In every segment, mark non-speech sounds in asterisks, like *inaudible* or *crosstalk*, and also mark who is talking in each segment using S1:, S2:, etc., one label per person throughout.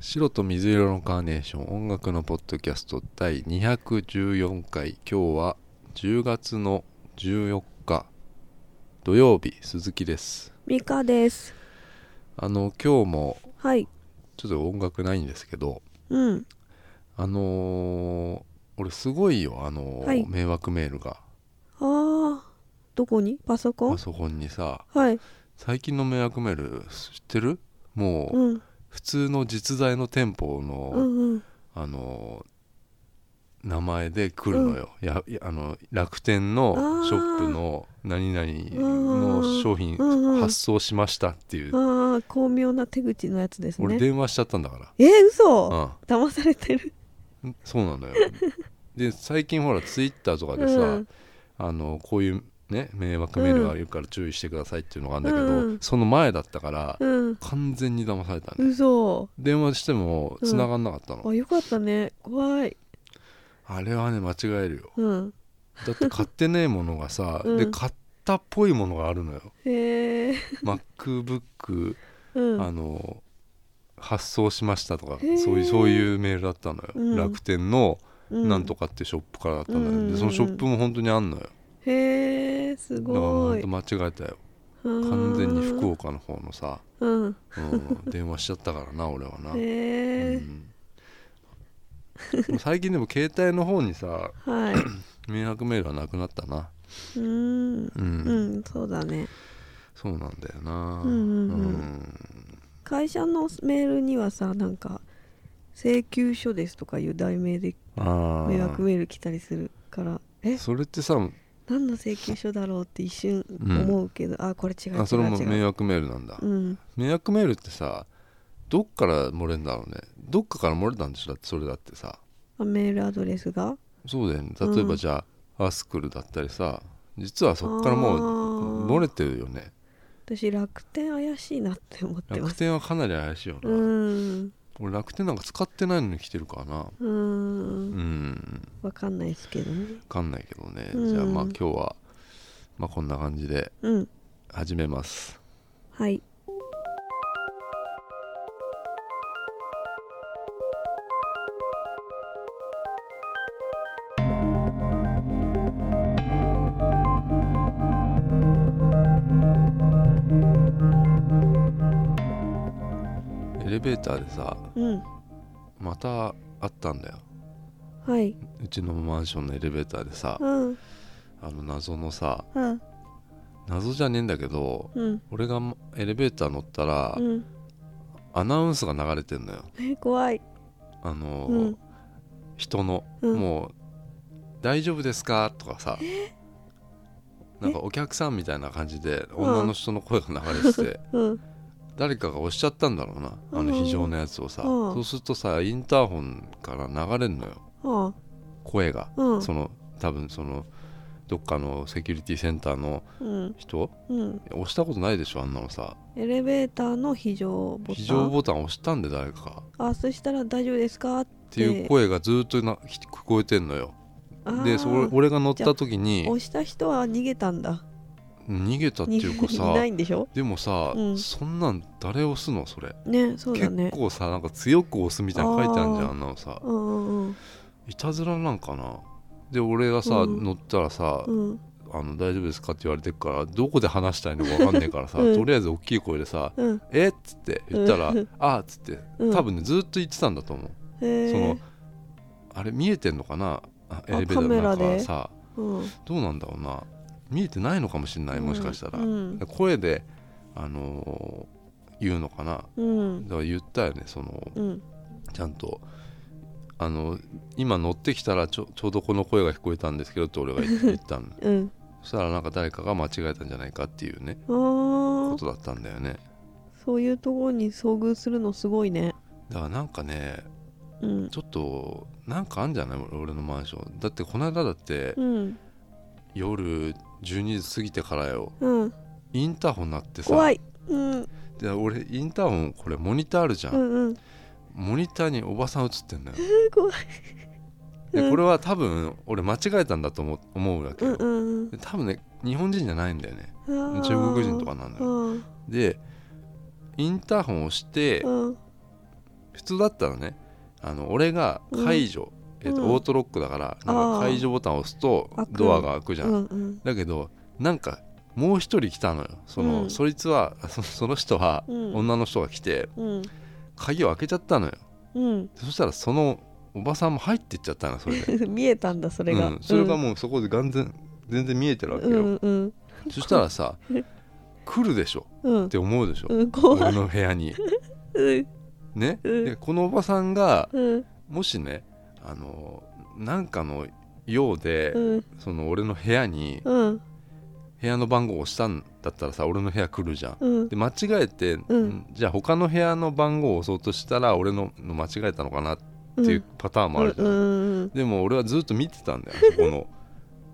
S1: 白と水色のカーネーション音楽のポッドキャスト第214回今日は10月の14日土曜日鈴木です
S2: ミカです。
S1: あの今日も
S2: はい。
S1: ちょっと音楽ないんですけど
S2: うん。
S1: あのー俺すごいよあのー
S2: はい
S1: 迷惑メールが
S2: ああ。どこにパソコン
S1: パソコンにさ
S2: はい。
S1: 最近の迷惑メール知ってるもう
S2: うん。
S1: 普通の実在の店舗の、
S2: うんうん。
S1: あの名前で来るのよ、やいやあの楽天の
S2: あー
S1: ショップの何々の商品
S2: うんうん
S1: 発送しましたっていう、
S2: ああ、巧妙な手口のやつです
S1: 俺
S2: ね。
S1: 電話しちゃったんだか
S2: えー、
S1: ら、
S2: 嘘騙されてる。
S1: うん、そうなん
S2: *laughs*
S1: だよで最近ほらツイッターとかでさ、
S2: うん
S1: あのこういうね迷惑メールがあるから注意してくださいっていうのがあるんだけど、
S2: うんうん
S1: その前だったから
S2: うん。
S1: 完全に騙されたね、
S2: 嘘。
S1: 電話しても繋がんなかったの、
S2: あ、よかったね。怖い。
S1: あれはね間違えるよ
S2: うん。
S1: だって買ってねえものがさ、
S2: うん
S1: で買ったっぽいものがあるの
S2: *laughs*
S1: よ
S2: へえ。
S1: MacBook、
S2: うん。
S1: あの発送しましたとか
S2: へー
S1: そういうそういうメールだったのよ、
S2: うん
S1: 楽天の
S2: うん
S1: なんとかってショップからだったのよ、
S2: うんうんうんう
S1: で
S2: ん
S1: そのショップも本当にあんのよだか
S2: へえ、す
S1: ら
S2: ご
S1: 本
S2: い
S1: 当。間違えたよ
S2: 完
S1: 完全に福。岡の方のさ、
S2: うん。
S1: うん、電話しちゃったからな俺はな、
S2: へ
S1: う
S2: え。
S1: んもう最近でも携帯の方にさ
S2: はい。
S1: 迷惑メールはなくなったな
S2: うん。うん、そうだね。
S1: そうなんだよな
S2: うんうんうん
S1: うん
S2: 会社のメールにはさなんか請求書ですとかいう題名で
S1: ああ
S2: 迷惑メール来たりするからえ
S1: それってさ
S2: 何の請求書だろうって一瞬思うけど、あこれ違う違う違う
S1: あそれも迷惑メールなんだ、
S2: うん
S1: 迷惑メールってさどっから漏れんだろうねどっかから漏れたんでしょだってそれだってさ
S2: あメールアドレスが
S1: そうだよね例え
S2: う
S1: ば
S2: ん
S1: じゃあ、アスクルだったりさ実はそっからもう
S2: あー
S1: 漏れてるよね
S2: 私楽天怪しいなって思ってま
S1: 楽
S2: す
S1: 天はかなり怪しいよな、
S2: うん
S1: 俺楽天なんか使ってないのに来てるからな
S2: う
S1: うんん
S2: わかんないですけどね
S1: 分かんないけどね、
S2: うん
S1: じゃあまあ今日は、まあ、こんな感じで
S2: うん
S1: 始めます
S2: はい
S1: エレベーターでさ
S2: うん
S1: またあったんだよ
S2: はいう
S1: ちのマンションのエレベーターでさ
S2: うん
S1: あの謎のさ
S2: うん
S1: 謎じゃねえんだけど
S2: うん
S1: 俺がエレベーター乗ったら、
S2: うん
S1: アナウンスが流れてんのよ
S2: え怖い
S1: あの、
S2: うん
S1: 人の、
S2: うん
S1: もう「大丈夫ですか?」とかさなんかお客さんみたいな感じで
S2: うん
S1: 女の人の声が流れて
S2: *laughs*
S1: て
S2: うん
S1: 誰かが押しちゃったんだろうなあの非常のやつをさ
S2: うん
S1: そうするとさインターホンから流れんのよ
S2: あ
S1: 声が
S2: うん
S1: その多分そのどっかのセキュリティセンターの
S2: うん
S1: 人
S2: うん
S1: 押したことないでしょあんなのさ
S2: エレベーターの非常ボタン
S1: 非常ボタン押したんで誰かが
S2: あそしたら大丈夫ですか
S1: っていう声がずっとな聞聞こえてんのよ
S2: あー
S1: でそれ俺が乗った時に
S2: 押した人は逃げたんだ
S1: 逃げたっていうか
S2: 逃げ *laughs* い
S1: さ
S2: ないんでしょ
S1: でもさ、
S2: うん
S1: そんなん誰押すのそれ
S2: ねそうだね
S1: 結構さなんか強く押すみたいなの書いてあるじゃん
S2: あー
S1: あんなのさ
S2: うんうん
S1: いたずらなんかなで俺がさ、
S2: うん
S1: 乗ったらさ、
S2: うんうん
S1: あの「大丈夫ですか?」って言われてるからどこで話したいのか分かんねえからさ、
S2: うん
S1: とりあえず大きい声でさ
S2: うん
S1: 「えっ?」つって言ったら「
S2: うん
S1: あっ」つって
S2: うん
S1: 多分ねずっと言ってたんだと思う、
S2: へー
S1: そのあれ見えてんのかなあエレベータ
S2: カメ
S1: ー
S2: ラ
S1: の
S2: で
S1: 中さ
S2: うん
S1: どうなんだろうな見えてないのかもしれないもしかしたら、
S2: うん
S1: 声で、あのー言うのかな
S2: うん
S1: だから言ったよねその
S2: うん
S1: ちゃんとあの今乗ってきたらちょちょうどこの声が聞こえたんですけどって
S2: *laughs*
S1: 俺が言言ったの
S2: うん
S1: そしたらなんか誰かが間違えたんじゃないかっていうね
S2: あ
S1: こ
S2: ー
S1: とだったんだよね
S2: そういうところに遭遇するのすごいね
S1: だからなんかね
S2: うん
S1: ちょっとなんかあんじゃない俺俺のマンションだってこの間だって
S2: うん
S1: 夜12時過ぎてからよ
S2: うん
S1: インターホン鳴ってさ
S2: 怖いうん
S1: で俺インターホンこれモニターあるじゃん、
S2: うんうん
S1: モニターにおばさん映ってんのよ
S2: *laughs* えー怖いう
S1: で
S2: ん
S1: これは多分俺間違えたんだと思う思うわけ
S2: うん
S1: よ、
S2: うん
S1: で多分ね日本人じゃないんだよね
S2: うん
S1: 中国人とかなんだよ
S2: うん
S1: でインターホンをして
S2: うん
S1: 普通だったらねあの俺が解除、
S2: うん
S1: えっと
S2: うん
S1: オートロックだからなんか
S2: あー
S1: 解除ボタンを押すと
S2: 開く
S1: ドアが開くじゃん、
S2: うんうん
S1: だけどなんかもう一人来たのよその、
S2: うん
S1: そいつは *laughs* そその人は、
S2: うん
S1: 女の人が来て
S2: うん
S1: 鍵を開けちゃったのよ
S2: うん
S1: そしたらそのおばさんも入ってっちゃったのそれで
S2: 見えたん *laughs* だそれ
S1: う
S2: が、
S1: ん、それがもうそこで完全全然見えてるわけよ、
S2: うんうん
S1: そしたら
S2: *laughs*
S1: さ来るでしょ
S2: うん
S1: って思うでしょ、
S2: うん怖
S1: 俺
S2: い
S1: の部屋に
S2: うん
S1: ね、
S2: うん
S1: でこのおばさんが
S2: うん
S1: もしねあのなんかのようで、
S2: うん
S1: その俺の部屋に
S2: うん
S1: 部屋の番号を押したんだったらさ俺の部屋来るじゃん
S2: うん
S1: で間違えて、
S2: うん
S1: じゃあ他の部屋の番号を押そうとしたら俺のの間違えたのかなって
S2: うん
S1: いうパターンもあるじゃん、
S2: うんうん
S1: でも俺はずっと見てたんだよそこの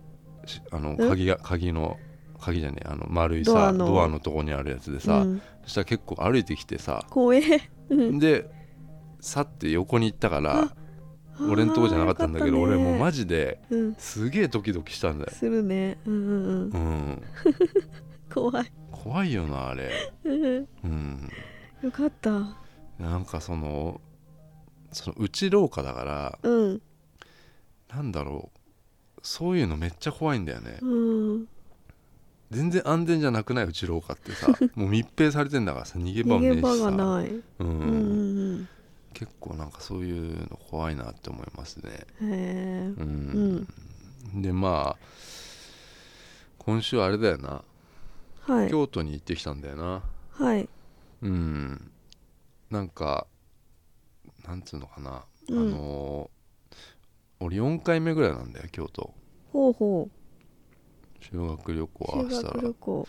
S2: *laughs*
S1: しあの鍵が鍵の鍵じゃねえあの丸いさ
S2: ド
S1: ド
S2: ア
S1: ア
S2: の
S1: のとこにあるやつで
S2: う
S1: さ、
S2: ん、
S1: そしたら結構歩いてきてさ
S2: 怖えうん
S1: で去って横に行ったから俺んとこじゃなかったんだけど、
S2: あー
S1: 俺
S2: よかったね
S1: もうマジで
S2: うん
S1: すげえドキドキしたんだよ、
S2: するねうんうんうん
S1: うん、
S2: 怖い
S1: 怖いよなあれ、
S2: うん
S1: うん、
S2: よかった
S1: なんかそのその内廊下だから
S2: うん
S1: なんだろうそういうのめっちゃ怖いんだよね
S2: うん
S1: 全然安全じゃなくない内廊下って
S2: *laughs*
S1: さもう密閉されてんだからさ逃げ場も
S2: 逃
S1: ねえ
S2: げ
S1: し
S2: 場が
S1: さ、
S2: ない
S1: うん
S2: うんうん
S1: 結構なんかそういうの怖いなって思いますね
S2: うんへえ
S1: うん、でまあ今週あれだよな
S2: はい
S1: 京都に行ってきたんだよな
S2: はい
S1: うんなんかなんつうのかな、
S2: うん
S1: あのー俺4回目ぐらいなんだよ京都
S2: ほうほ
S1: 修学旅行
S2: う
S1: 合
S2: 修
S1: わせた
S2: 学
S1: ら
S2: 旅行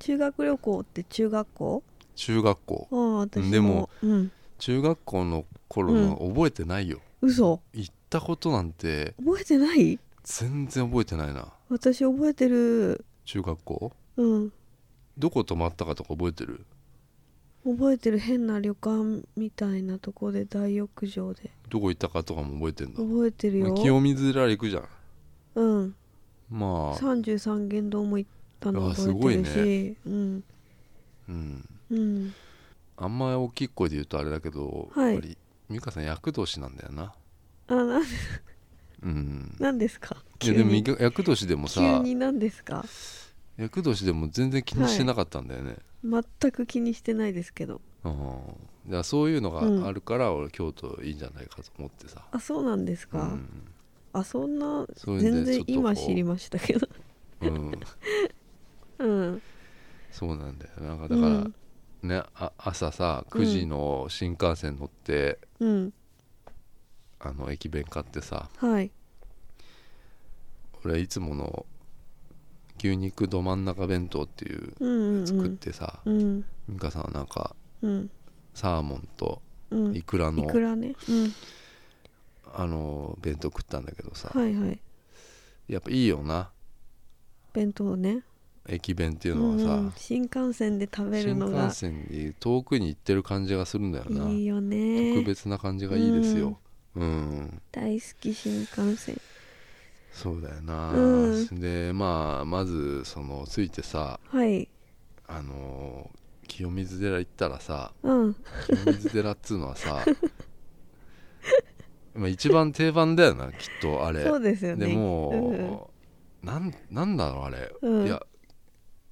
S2: 修学旅行って中学校
S1: 中学校
S2: ああ私も
S1: でも
S2: うん
S1: 中学校の頃の覚えてないよ、
S2: 嘘
S1: 行ったことなんて
S2: 覚えてない
S1: 全然覚えてないな
S2: 私覚えてる
S1: 中学校
S2: うん
S1: どこ泊まったかとか覚えてる
S2: 覚えてる変な旅館みたいなとこで大浴場で
S1: どこ行ったかとかも覚えてんだ、
S2: 覚えてる
S1: まあ
S2: よ、
S1: 清水寺行くじゃん
S2: うん
S1: まあ
S2: 三十三間堂も行ったの
S1: あ
S2: 覚えてるし、うん
S1: うん
S2: うん
S1: あんま大きい声で言うとあれだけど、
S2: はい
S1: やっぱり美香さん厄年なんだよな
S2: あな
S1: うん
S2: なんですか
S1: いや
S2: 急
S1: でも
S2: に
S1: 厄年でも
S2: 急
S1: さ
S2: になんですか
S1: 厄年でも全然気にしてなかったんだよね、
S2: 全く気にしてないですけど
S1: うん、だからそういうのがあるから俺京都いいんじゃないかと思ってさ、
S2: あそうなんです
S1: う
S2: か、
S1: ん
S2: あそんな
S1: そういうん
S2: 全
S1: で
S2: 然今知り
S1: ま
S2: ましたけど
S1: すうん
S2: うん
S1: そうなんだよなんかだから、
S2: うん
S1: ねあ朝さ9時の新幹線乗って、
S2: うん
S1: あの駅弁買ってさ
S2: はい
S1: 俺いつもの牛肉ど真ん中弁当っていう
S2: うんうんう
S1: 作っ
S2: ん
S1: てさ、
S2: うん
S1: 美香さんはなんか
S2: うん
S1: サーモンと
S2: うん
S1: イクラ
S2: い
S1: の、
S2: くらねうん
S1: あの弁当食ったんだけどさ、
S2: はいはい
S1: やっぱいいよな
S2: 弁当ね
S1: 駅弁っていううのはさ、
S2: んうん新幹線で食べる
S1: 新
S2: のが
S1: 幹線に遠くに行ってる感じがするんだよな、
S2: いいよ
S1: 特
S2: ね
S1: 別な感じがいいですようん
S2: 大好き新幹線
S1: そうだよな、
S2: うん
S1: でまあまずその着いてさ
S2: はい
S1: あのー清水寺行ったらさ
S2: うん
S1: 清水寺っつうのはさ *laughs* まあ一番定番だよなきっとあれ
S2: そうですよね
S1: でもうなんなんだろうあれ、
S2: うん
S1: いや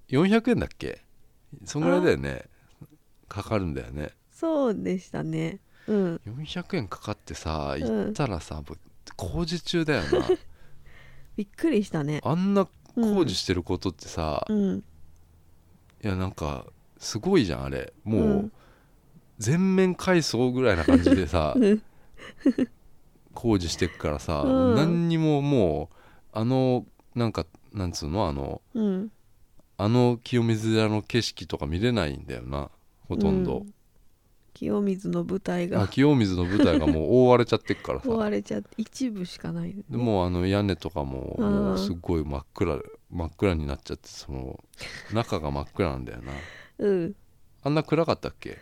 S1: 400円だっけそんぐらいだよねかかるんだよね
S2: そうでしたねうん
S1: 400円かかってさ
S2: ん
S1: 行ったらさ、もう工事中だよな
S2: びっくりしたね
S1: あんな工事してることってさ、
S2: うん
S1: いやなんかすごいじゃんあれもう、
S2: うん
S1: 全面改装ぐらいな感じで
S2: *laughs*
S1: さ
S2: うん
S1: 工事してっからさ、
S2: うん
S1: 何にももうあのなんかなんつうのあの
S2: うん
S1: あの清水寺の景色とか見れないんだよなほとん
S2: う
S1: ど、
S2: 清水の舞台
S1: あ
S2: が
S1: 清水の舞台がもう覆われちゃってっから
S2: 追わ
S1: さ
S2: れちゃって一部しかないね
S1: でもうあの屋根とかも
S2: うん
S1: もうすごい真っ暗真っ暗になっちゃってその中が真っ暗なんだよな
S2: うん
S1: あんな暗かったっけ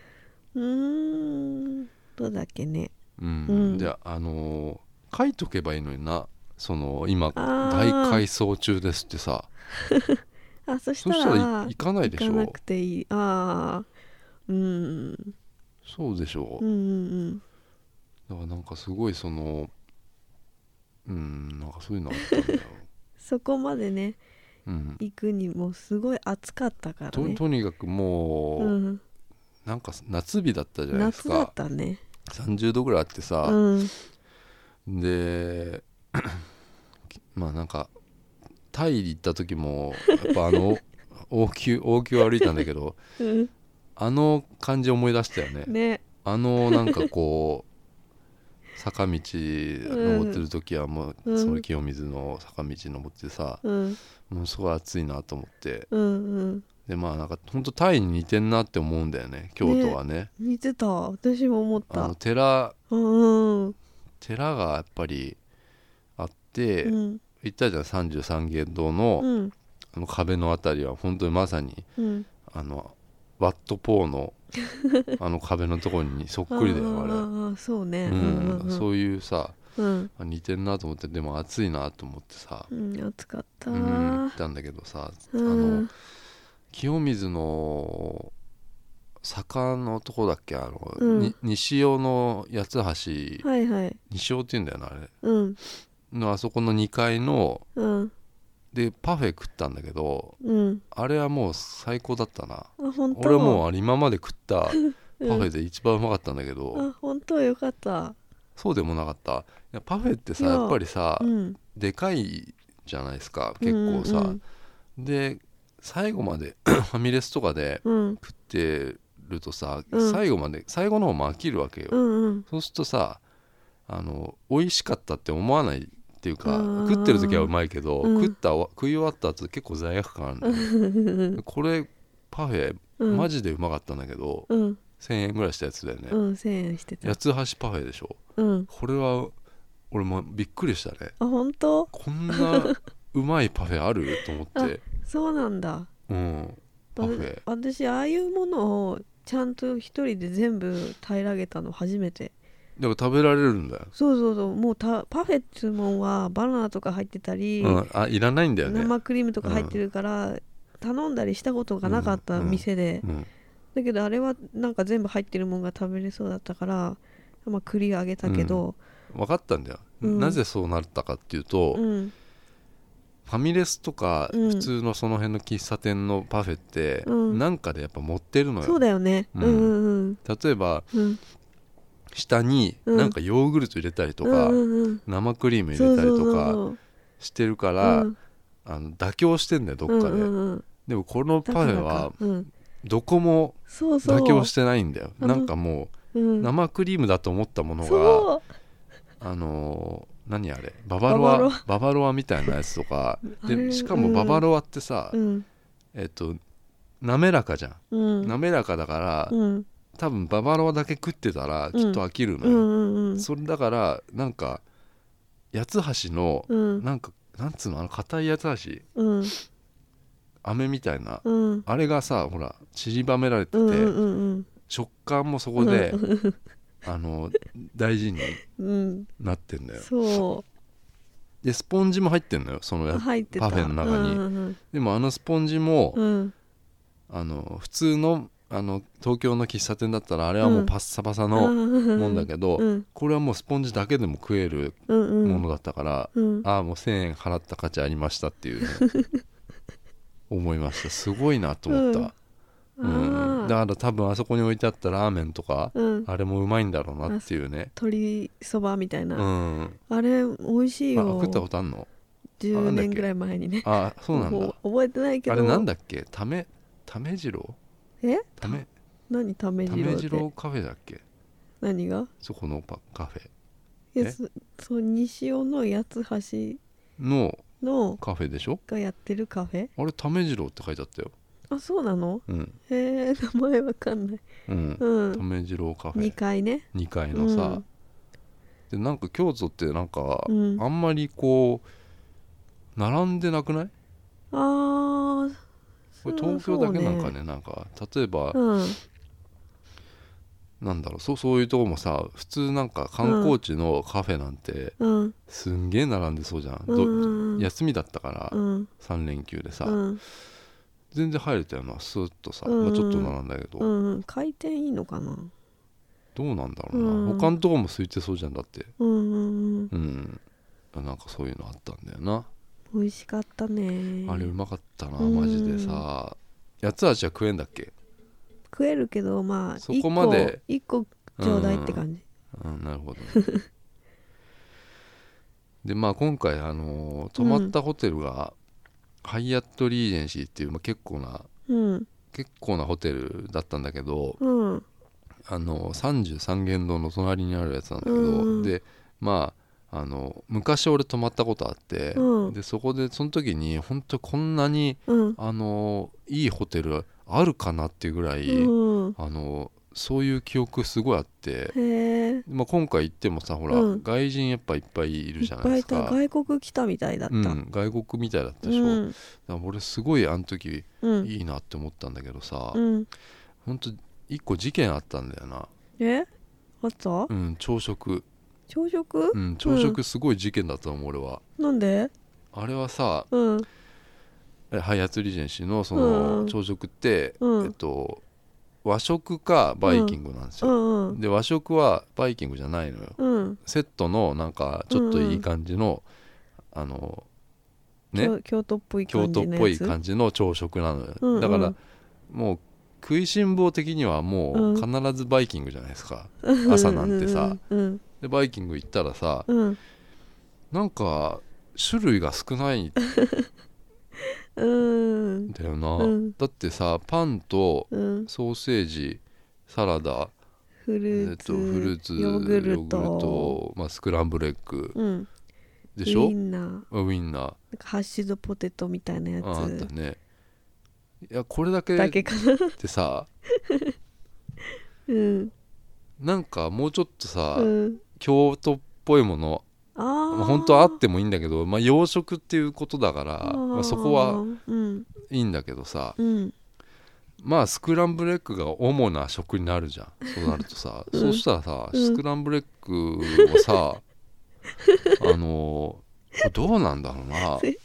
S2: うーんどうだっけね
S1: うん、
S2: うん
S1: じゃあ、あのー書いとけばいいのになその今
S2: あ
S1: 大
S2: ー
S1: 改装中ですってさ
S2: あそし
S1: そ
S2: たら
S1: したらい行かないでし
S2: 行かな
S1: ょ
S2: くていいああうん
S1: そうでしょ
S2: うんうんうん
S1: だからなんかすごいそのうんなんかそういうのあったんだよ、
S2: そこまでね *laughs*
S1: うん、
S2: 行くにもすごい暑かったから
S1: と
S2: ね
S1: とにかくもう、
S2: うん、
S1: なんか夏日だったじゃないです
S2: 夏だっ
S1: か
S2: たね
S1: 30度ぐらいあって
S2: う
S1: さ、
S2: ん
S1: で *clears throat* まあなんかタイに行った時もやっぱあ
S2: *laughs*
S1: の王宮王宮を歩いたんだけど
S2: うん
S1: あの感じ思い出したよね
S2: ね
S1: あのなんかこ
S2: *laughs*
S1: う坂道登ってる時はもう、
S2: うん
S1: その清水の坂道登ってさ、
S2: うん
S1: もうすごい暑いなと思って
S2: うんうん
S1: でまあなんかほんとタイに似てんなって思うんだよね京都はね
S2: 似てた私も思っ
S1: あ
S2: た
S1: の寺
S2: うんうん
S1: 寺がやっぱりあって、
S2: うん
S1: 行ったじゃん33間堂の,、
S2: うん
S1: あの壁のあたりは本当にまさに
S2: うん
S1: あのワットポー
S2: *laughs*
S1: のあの壁のところにそっくりだよあれ。
S2: ああそうね
S1: う
S2: うんうん
S1: ん、
S2: うん
S1: そういうさ、
S2: うん
S1: あ似てんなと思ってでも暑いなと思ってさ、
S2: うん暑かった
S1: うん、行ったんだけどさ、あの清水の坂のとこだっけあの、
S2: うん
S1: に西尾の八つ橋、
S2: はいはい
S1: 西尾っていうんだよなあれ
S2: うん
S1: のあそこの2階の
S2: うん
S1: でパフェ食ったんだけど
S2: うん
S1: あれはもう最高だったな
S2: あ本当
S1: 俺はもうあれ今まで食ったパ
S2: *laughs*
S1: フ
S2: うん
S1: ェで一番うまかったんだけど、
S2: あ本当よかった
S1: そうでもなかったいやパフェってさ
S2: いや
S1: やっぱりさ、
S2: うん
S1: でかいじゃないですか結構さ、
S2: うん
S1: で最後まで *clears throat* ファミレスとかで
S2: うん
S1: 食ってるとさ、
S2: うん
S1: 最後まで最後の方も飽きるわけよ、
S2: うんうん
S1: そうするとさあの美味しかったって思わないっていうか
S2: あー
S1: 食ってる時はうまいけど、
S2: うん
S1: 食ったわ食い終わった後結構罪悪感あるんだよね、 *laughs* これパフェ
S2: うん
S1: マジでうまかったんだけど、
S2: うん
S1: 1000円ぐらいしたやつだよね、
S2: うん1000円してた
S1: 八つ橋パフェでしょ
S2: うん
S1: これは俺もびっくりしたね
S2: あ本当
S1: こんなうまいパフェあると思
S2: *laughs*
S1: って、
S2: そうなんだ
S1: うん、パフェ
S2: あ私ああいうものをちゃんと一人で全部平らげたの初めて
S1: でも食べられるんだよ、
S2: そうそうそうもうたパフェっつうもんはバナナとか入ってたり、
S1: うん、あいらないんだよね、
S2: 生クリームとか入ってるから、頼んだりしたことがなかった
S1: うん
S2: 店で、
S1: うん、
S2: だけどあれはなんか全部入ってるもんが食べれそうだったから、まあ、栗あげたけど、
S1: 分かったんだよ、
S2: うん
S1: なぜそうなったかっていうと、
S2: うんうん
S1: ファミレスとか
S2: うん
S1: 普通のその辺の喫茶店のパフェって
S2: うん
S1: なんかでやっぱ持ってるの
S2: そう
S1: よ、
S2: だよね、
S1: う
S2: うんん、うんうん
S1: 例えば
S2: うん
S1: 下に
S2: うん
S1: なんかヨーグルト入れたりと
S2: う
S1: か、
S2: んうん
S1: 生クリーム入
S2: そ
S1: れ
S2: う
S1: た
S2: そ
S1: り
S2: うそ
S1: と
S2: う
S1: か
S2: そう
S1: してるか
S2: う
S1: ら
S2: ん
S1: あの妥協してんだよどっかで、
S2: うんうんうん
S1: でもこの
S2: だ
S1: パ
S2: か
S1: フェ
S2: らか
S1: は
S2: うん、
S1: どこも
S2: そうそう
S1: 妥協してないんだよ
S2: そう
S1: なんかも
S2: う、
S1: うん生クリームだと思ったものが
S2: そう
S1: あのー何あれババロア
S2: ババロ
S1: ババロアみたいなやつとか
S2: あれ
S1: でしかもババロアってさ、
S2: うん
S1: えっと滑らかじゃん
S2: うん
S1: 滑らかだから、
S2: うん
S1: 多分ババロアだけ食ってたら
S2: うん
S1: きっと飽きるの
S2: う
S1: よ、
S2: んうん
S1: それだからなんか八つ橋の、
S2: うん
S1: なんかなんつうのあの硬い八つ橋
S2: うん
S1: 飴みたいな、
S2: うん
S1: あれがさほら散りばめられてて、
S2: うんうん
S1: 食感もそこで、
S2: う *laughs*
S1: あの大事に
S2: うんうん
S1: なってんだよ
S2: そ
S1: でスポンジも入ってんのよその
S2: う
S1: や
S2: 入ってた
S1: パフェの中に
S2: うん
S1: でもあのスポンジも、
S2: うんうん
S1: あの普通のあの東京の喫茶店だったらあれはもうパッサパサ
S2: う
S1: の
S2: ん
S1: もんだけど、
S2: うん
S1: これはもうスポンジだけでも食える
S2: うんうん
S1: ものだったから、
S2: うん
S1: ああもう1000円払った価値ありましたって
S2: *laughs*
S1: いうね、思いましたすごいなと思った、うん
S2: あ
S1: だか
S2: ー
S1: ら多分あそこに置いてあったラーメンとか、
S2: うん
S1: あれもうまいんだろうなっていうね
S2: 鶏そばみたい
S1: うん
S2: なあれ美味しい
S1: あ
S2: よ
S1: 食ったことあんの
S2: 10
S1: なんだっ
S2: 年
S1: け
S2: ぐらい前にね
S1: あそうなん
S2: も
S1: だ
S2: 覚えてないけ
S1: あ
S2: ど
S1: れなんだっけためため次郎
S2: え
S1: ため
S2: 何ため
S1: た
S2: 汁
S1: め
S2: って
S1: 次郎カフェだっけ
S2: 何が
S1: そこのパカフェ
S2: い
S1: え
S2: やそそう西尾の八つ
S1: の
S2: 橋の
S1: カフェでしょ
S2: がやってるカフェ
S1: あれため次郎って書いてあったよ
S2: あそうなの
S1: うん
S2: へえ名前わかんない
S1: うん
S2: うん
S1: ため次郎カフ
S2: 2
S1: ェ
S2: 階ね
S1: 2階のさ、でなんか京都ってなんか、
S2: うん
S1: あんまりこう並んでなくない
S2: ああ
S1: これ東京だけなんかねなんか例えば、
S2: うん
S1: なんだろうそうそういうとこもさ普通なんか観光地のカフェなんて
S2: うん
S1: すんげえ並んでそうじゃん、ど
S2: うん
S1: 休みだったから、
S2: うん
S1: 3連休でさ、
S2: うん
S1: 全然入れたよなスーッとさ、
S2: うん
S1: まあ、ちょっと並んだけど、
S2: うん回転いいのかな
S1: どうなんだろうな、
S2: うん
S1: 他のとこも空いてそうじゃんだって
S2: うんうんうん
S1: うんなんかそういうのあったんだよな、
S2: 美味しかったね
S1: あれうまかったな
S2: うん
S1: マジでさ八つ橋は食えんだっけ
S2: 食えるけどまあ
S1: そこまで
S2: 1個1個ちょうだいって感じ
S1: うんなるほど、 *laughs* ね、でまあ今回あのー泊まったホテルが、ハイアットリージェンシーっていう、まあ、結構な
S2: うん
S1: 結構なホテルだったんだけど、
S2: うん
S1: あの33軒堂の隣にあるやつなんだけど、
S2: うんうん
S1: でまああの昔俺泊まったことあって、
S2: うん
S1: でそこでその時に本当こんなに
S2: うん
S1: あのいいホテルあるかなっていうぐらい、
S2: うん
S1: あのそういう記憶すごいあって、
S2: へえ
S1: まあ、今回行ってもさほら、
S2: うん
S1: 外人やっぱいっぱいいる
S2: いっ
S1: じゃない
S2: ぱ
S1: で
S2: いい
S1: すか
S2: た外国来たみたいだった
S1: うん、外国みたいだったでしょ、だ
S2: ん
S1: から俺すごいあの時
S2: うん
S1: いいなって思ったんだけどさ、
S2: うん
S1: ほんと一個事件あったんだよな、
S2: えあった
S1: うん、朝食
S2: 朝食
S1: うん、朝食すごい事件だと思う、俺は
S2: なんで
S1: あれはさ
S2: うん
S1: えハイアツリージェンシーのそうの
S2: ん
S1: 朝食って、
S2: うん
S1: えっと和食かバイキングなんです
S2: う
S1: よ、
S2: んうん
S1: で和食はバイキングじゃないのよ
S2: うん
S1: セットのなんかちょっといい感じの、あのね
S2: 京京都っぽい
S1: 京
S2: 感
S1: 都っ
S2: じの
S1: ぽ
S2: や
S1: い
S2: つ
S1: 感じの朝食なのよ、
S2: うんうん
S1: だからもう食いしん坊的にはもう
S2: う
S1: 必ずバイキングじゃないですか、朝なんてさ
S2: うん
S1: でバイキング行ったらさ
S2: うん
S1: なんか種類が少ないん
S2: うん
S1: だよな、
S2: うん
S1: だってさパンと
S2: うん
S1: ソーセージサラダ、
S2: フ
S1: え
S2: ルー
S1: っ
S2: ツ
S1: と、フルーツ
S2: ヨーグルト
S1: ヨーグルトまあ、スクランブルエッグ
S2: うん
S1: でしょ
S2: ウインナーなん
S1: あウインナー
S2: かハッシュドポテトみたいなやつ
S1: ああったねいやこれだけ
S2: だ
S1: っ
S2: けかな
S1: てさ
S2: うん
S1: なんかもうちょっとさ、
S2: うん
S1: 京都っぽいもの
S2: あ
S1: ま
S2: あ
S1: あ本当はあってもいいんだけど、まあ、洋食っていうことだから
S2: あー
S1: まあ、そこは
S2: うん
S1: いいんだけどさ
S2: うん
S1: まあスクランブルエッグが主な食になるじゃんそうなるとさ、
S2: *laughs* うん
S1: そうしたらさ
S2: うん
S1: スクランブルエッグを
S2: *laughs*
S1: さあのーどうなんだろうな
S2: え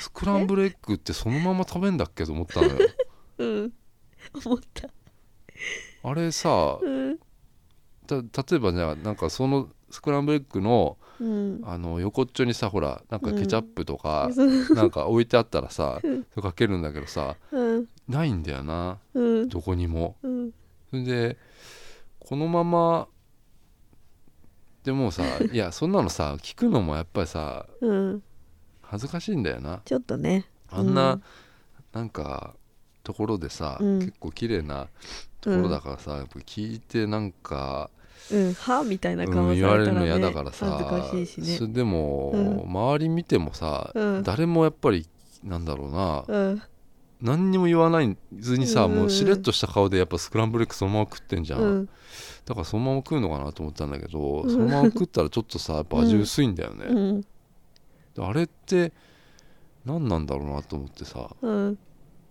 S1: スクランブルエッグってそのまま食べんだっけと思ったのよ
S2: うん思った
S1: あれさ
S2: うん
S1: た例えばじゃあなんかそのスクランブルエッグの
S2: うん
S1: あの横っちょにさほらなんかケチャップとか、
S2: そう
S1: なんか置いてあったらさ
S2: うん
S1: それかけるんだけどさ
S2: うん
S1: ないんだよな
S2: うん
S1: どこにも。
S2: うん
S1: それでこのままでも
S2: *laughs*
S1: さいやそんなのさ聞くのもやっぱりさ
S2: うん
S1: 恥ずかしいんだよな
S2: ちょっとね
S1: あんな、
S2: うん
S1: なんかところでさ、
S2: うん
S1: 結構綺麗なところだからさ、やっぱ聞いてなんか、
S2: うん歯みたいな
S1: うん
S2: 顔され
S1: 言
S2: た
S1: わ
S2: ら
S1: れ
S2: ね
S1: るの嫌だからさ
S2: 恥ずかしいしね
S1: それでも、
S2: うん
S1: 周り見てもさ、
S2: うん
S1: 誰もやっぱりなんだろうな、
S2: うん
S1: 何にも言わないずにさ、
S2: うんうん
S1: もうしれっとした顔でやっぱスクランブルエッグそのまま食ってんじゃん、
S2: うん
S1: だからそのまま食うのかなと思ったんだけど、
S2: うん
S1: そのまま食ったらちょっとさやっぱ味薄いんだよね、
S2: うん
S1: であれって何なんだろうなと思ってさ
S2: うん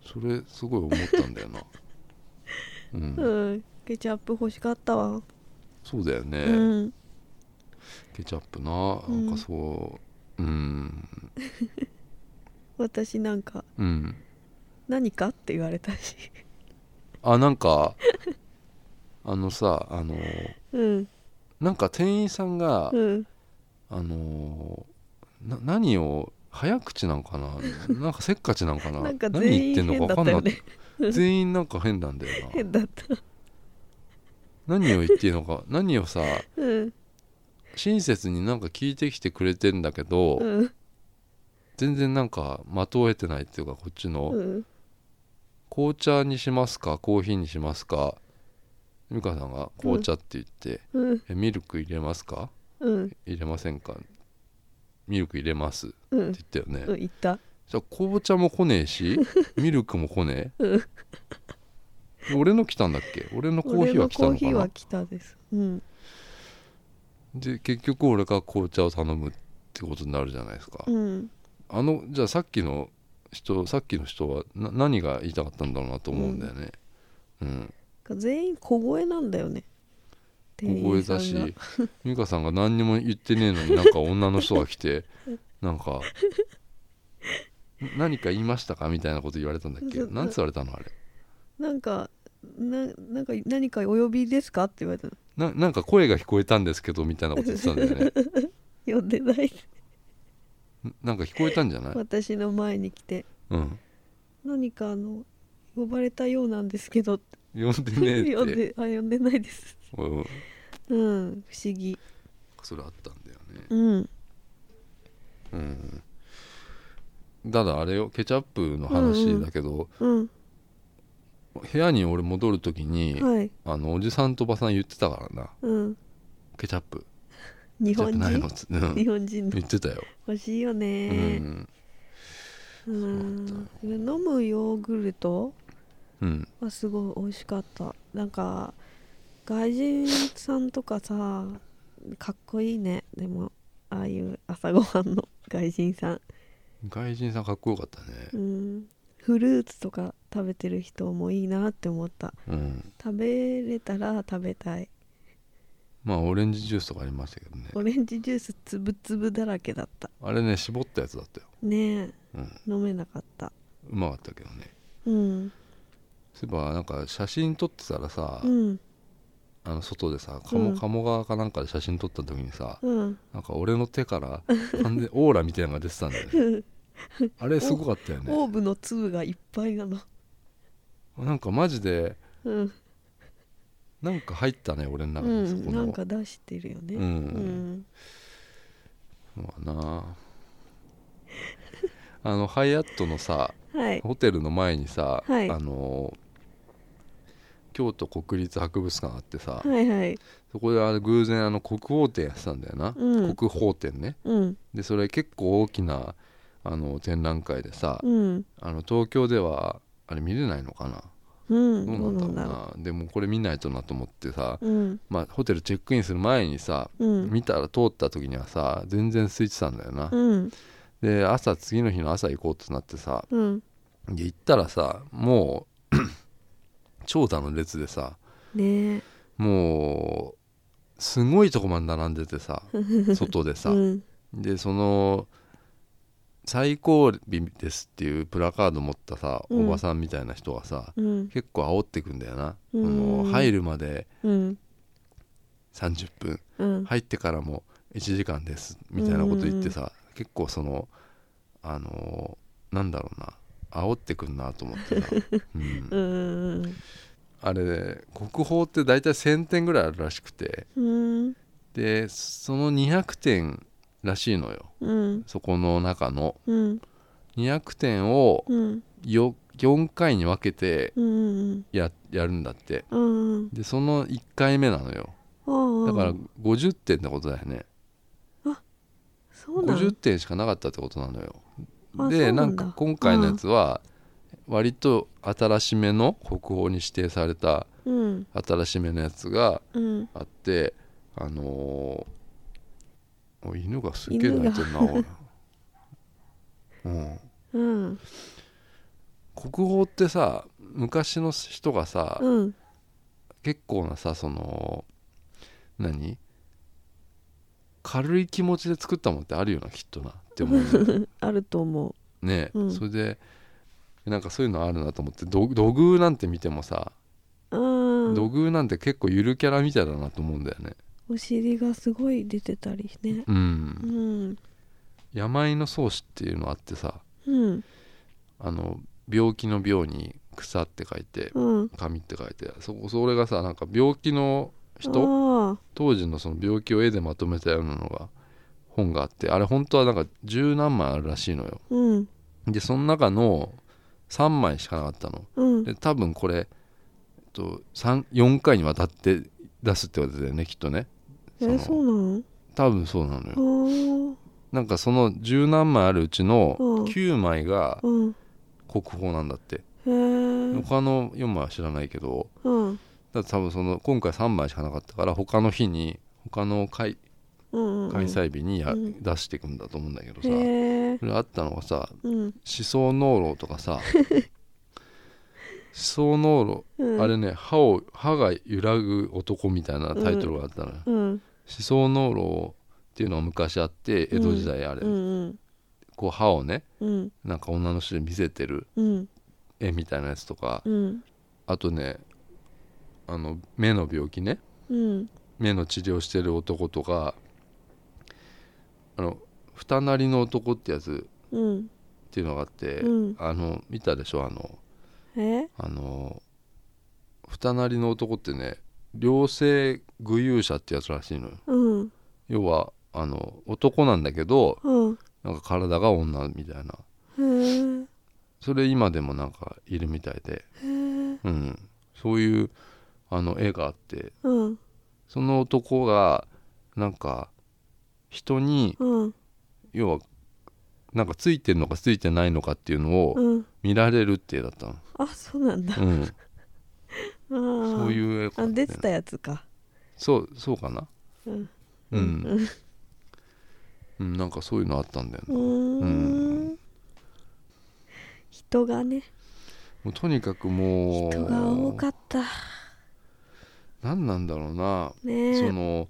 S1: それすごい思ったんだ
S2: *laughs*
S1: よなうん、
S2: うんケチャップ欲しかったわ
S1: そうだよね、
S2: うん
S1: ケチャップななんかそううん
S2: 私なんか
S1: うん
S2: 何かって言われたし
S1: あなん
S2: *laughs*
S1: かあのさあの
S2: うん
S1: なんか店員さんが、
S2: うん
S1: あのーな何を早口なんかななんかせっかちなんかな
S2: なんか
S1: 何言
S2: 全
S1: って
S2: 員
S1: ん
S2: 変
S1: のか
S2: だ
S1: 分か
S2: っ
S1: ん
S2: た
S1: なか
S2: よ
S1: っ
S2: ね *laughs*
S1: た全員なんか変なんだよな
S2: 変だった
S1: 何を言っていいのか何をさ
S2: うん
S1: 親切になんか聞いてきてくれてんだけど、
S2: うん
S1: 全然なんか的を得てないっていうかこっちの、
S2: うん
S1: 紅茶にしますかコーヒーにしますか美香さんが紅茶って言って、
S2: うん
S1: えミルク入れますか
S2: うん
S1: 入れませんかミルク入れますって
S2: うん
S1: 言ったよね、
S2: うん言った
S1: じゃあ紅茶も来ねえし
S2: *laughs*
S1: ミルクも来ねえ、
S2: うん
S1: 俺の来たんだっけ俺のコーヒーは来た
S2: 俺のコー
S1: の
S2: ヒ
S1: か
S2: ー
S1: な
S2: は来たですうん
S1: で結局俺が紅茶を頼むってことになるじゃないですか、
S2: うん
S1: あのじゃあさっきの人さっきの人はな何が言いたかったんだろうなと思うんだよねうん、
S2: 全員小声なんだよね
S1: 小声だ
S2: 店員さんが *laughs*
S1: し美香さんが何にも言ってねえのになんか女の人が来て *laughs* なんか「何か言いましたか?」みたいなこと言われたんだっけ
S2: そう
S1: なんつ言われたのあれ
S2: なんかななんか何かお呼びですか?」って言われたの
S1: ななんか声が聞こえたんですけどみたいなこと言ってたんだよね
S2: *laughs* 呼んでない
S1: んなんか聞こえたんじゃない、
S2: 私の前に来て
S1: うん
S2: 「何かあの呼ばれたようなんですけど」って
S1: 呼んでねえって
S2: *laughs* 呼んであ呼んでないです
S1: うん
S2: うん不思議
S1: それあったんだよね
S2: う
S1: う
S2: ん
S1: んただあれよケチャップの話だけど、
S2: うん
S1: 部屋に俺戻る時に、
S2: はい
S1: あのおじさんとおばさん言ってたからな
S2: うん
S1: ケチャップケ
S2: 日
S1: チャッ
S2: 本
S1: プないの
S2: 人
S1: つうん
S2: 日本人の
S1: 言ってたよ、
S2: 欲しいよ
S1: う
S2: ね
S1: ん
S2: う
S1: そうだっ
S2: ん飲むヨーグルト
S1: うん
S2: はすごい美味しかったなんか外人さんとかさかっこいいねでもああいう朝ごはんの *laughs* 外人さん
S1: 外人さんかっこよかったね
S2: うんフルーツとか食べてる人もいいなって思った
S1: うん
S2: 食べれたら食べたい
S1: まあオレンジジュースとかありましたけどね
S2: オレンジジュースつぶつぶだらけだった
S1: あれね絞ったやつだったよ、
S2: ねえ
S1: うん、う
S2: 飲めなかった
S1: まかったけどね
S2: うん
S1: そういえばなんか写真撮ってたらさ、
S2: うん
S1: あの外でさ鴨,、
S2: うん
S1: 鴨川かなんかで写真撮った時にさ、
S2: うん
S1: なんか俺の手から完全にオーラみたいなのが出てたんだよね
S2: *laughs*
S1: あれすごかったよね
S2: オーブの粒がいっぱいなの
S1: なんかマジで
S2: うん、
S1: なんか入ったね俺の
S2: う
S1: 中にそ
S2: ん、
S1: この、
S2: なんか出してるよね
S1: うん
S2: うん
S1: まあなああのハイアットのさ
S2: はい
S1: ホテルの前にさ、
S2: はい
S1: あの京都国立博物館あってさ、
S2: はいはい
S1: そこであの偶然あの国宝展やってたんだよな、
S2: うん
S1: 国宝展ね
S2: うん
S1: でそれ結構大きなあの展覧会でさ、
S2: うん
S1: あの東京ではあれ見れないのかな
S2: うん
S1: ど
S2: ど
S1: う
S2: う
S1: な
S2: なんん
S1: だ
S2: だ
S1: ろう
S2: ろ
S1: なでもこれ見ないとなと思ってさ、
S2: ううん
S1: まあ、ホテルチェックインする前にさ、
S2: うん
S1: 見たら通った時にはさ全然空いてたんだよな、
S2: うん
S1: で朝次の日の朝行こうってなってさ
S2: うん
S1: で行ったらさもう *coughs* 長蛇の列でさ
S2: ねえ
S1: もうすごいとこまで並んでて
S2: *laughs*
S1: さ外でさ、
S2: うん
S1: でその最後尾ですっていうプラカード持ったさ、
S2: うん
S1: おばさんみたいな人がさ
S2: うん
S1: 結構煽ってくんだよな、
S2: うん
S1: あの入るまで
S2: うん
S1: 30分
S2: うん
S1: 入ってからも1時間ですみたいなこと言ってさ、結構そのあのーなんだろうな煽ってくんなと思ってさ、うん
S2: うん
S1: あれ国宝って大体1,000点ぐらいあるらしくて
S2: うん
S1: でその200点らしいのよ
S2: うん
S1: そこの中の
S2: うん
S1: 200点を
S2: うん
S1: よ4回に分けて
S2: うんうん
S1: ややるんだって
S2: うん
S1: でその1回目なのよ
S2: うん
S1: だから
S2: ああ
S1: 50点ってことだよね
S2: そうな
S1: 50
S2: ん
S1: 点しかなかったってことなのよ
S2: あそ
S1: で
S2: う
S1: な
S2: なんんだ
S1: か今回のやつは割と新しめの国宝に指定された
S2: うん
S1: 新しめのやつが
S2: うん
S1: あってあのーお犬がすっげえ鳴いてるなおいうん
S2: うん
S1: 国宝ってさ昔の人がさ、
S2: うん
S1: 結構なさその何軽い気持ちで作ったもんってあるよなきっとなって思う
S2: *laughs*
S1: のよ
S2: あると思
S1: ね、
S2: うん
S1: それでなんかそういうのあるなと思って土土偶なんて見てもさ、
S2: ううん
S1: 土偶なんて結構ゆるキャラみたいだなと思うんだよね
S2: お尻がすごい出てたりね
S1: うん、
S2: うん
S1: 病の宗師っていうのあってさ
S2: うん
S1: あの病気の病に草って書いて
S2: うん
S1: 髪って書いてそそれがさなんか病気の人
S2: ああ
S1: 当時のその病気を絵でまとめたようなのが本があってあれ本当はなんか十何枚あるらしいのよ
S2: うん
S1: でその中の3枚しかなかったの
S2: うん
S1: で多分これ、えっと、三4回にわたって出すってことだよねきっとね
S2: え
S1: の
S2: そうな
S1: 多分そうなのよ
S2: の
S1: なんかその十何枚あるうちの
S2: うん
S1: 9枚が
S2: ああうん
S1: 国宝なんだって
S2: へえ
S1: 他の4枚は知らないけど
S2: うん
S1: だから多分その今回3枚しかなかったから他の日に他の開
S2: うんうん
S1: 開催日にや、
S2: うん
S1: 出していくんだと思うんだけどさそ
S2: へえ
S1: れあったのがさ
S2: うん
S1: 思想脳炉とか
S2: *laughs*
S1: さ思想脳炉
S2: うん
S1: あれね歯を歯が揺らぐ男みたいなタイトルがあったのよ、思
S2: うん
S1: 想脳炉っていうのは昔あって江戸時代あれ、
S2: うんうん
S1: こう歯をね
S2: うん
S1: なんか女の人に見せてる
S2: うん
S1: 絵みたいなやつとか、
S2: うん
S1: あとねあの目の病気ね
S2: うん
S1: 目の治療してる男とかあの二なりの男ってやつ
S2: うん
S1: っていうのがあって、
S2: うん
S1: あの見たでしょあの
S2: え
S1: あの二なりの男ってね両性具有者ってやつらしいのよ
S2: うん
S1: 要はあの男なんだけど
S2: うん
S1: なんか体が女みたいな
S2: へえ
S1: それ今でもなんかいるみたいで、
S2: へえ
S1: うん、そういうあの絵があって
S2: うん
S1: その男がなんか人に
S2: うん
S1: 要はなんかついてるのかついてないのかっていうのを
S2: うん
S1: 見られるって絵だったの、
S2: あそうなんだ
S1: うん、そ
S2: そ
S1: う
S2: う
S1: いう絵か
S2: あ
S1: な
S2: 出てたやつか
S1: そうそうかな
S2: うん
S1: う
S2: うん
S1: ん、うん、なんかそういうのあったんだよ
S2: う
S1: ね、
S2: ーん人がね
S1: もうとにかくもう
S2: 人が多かった
S1: 何なんだろうな、
S2: ね
S1: そ
S2: え
S1: の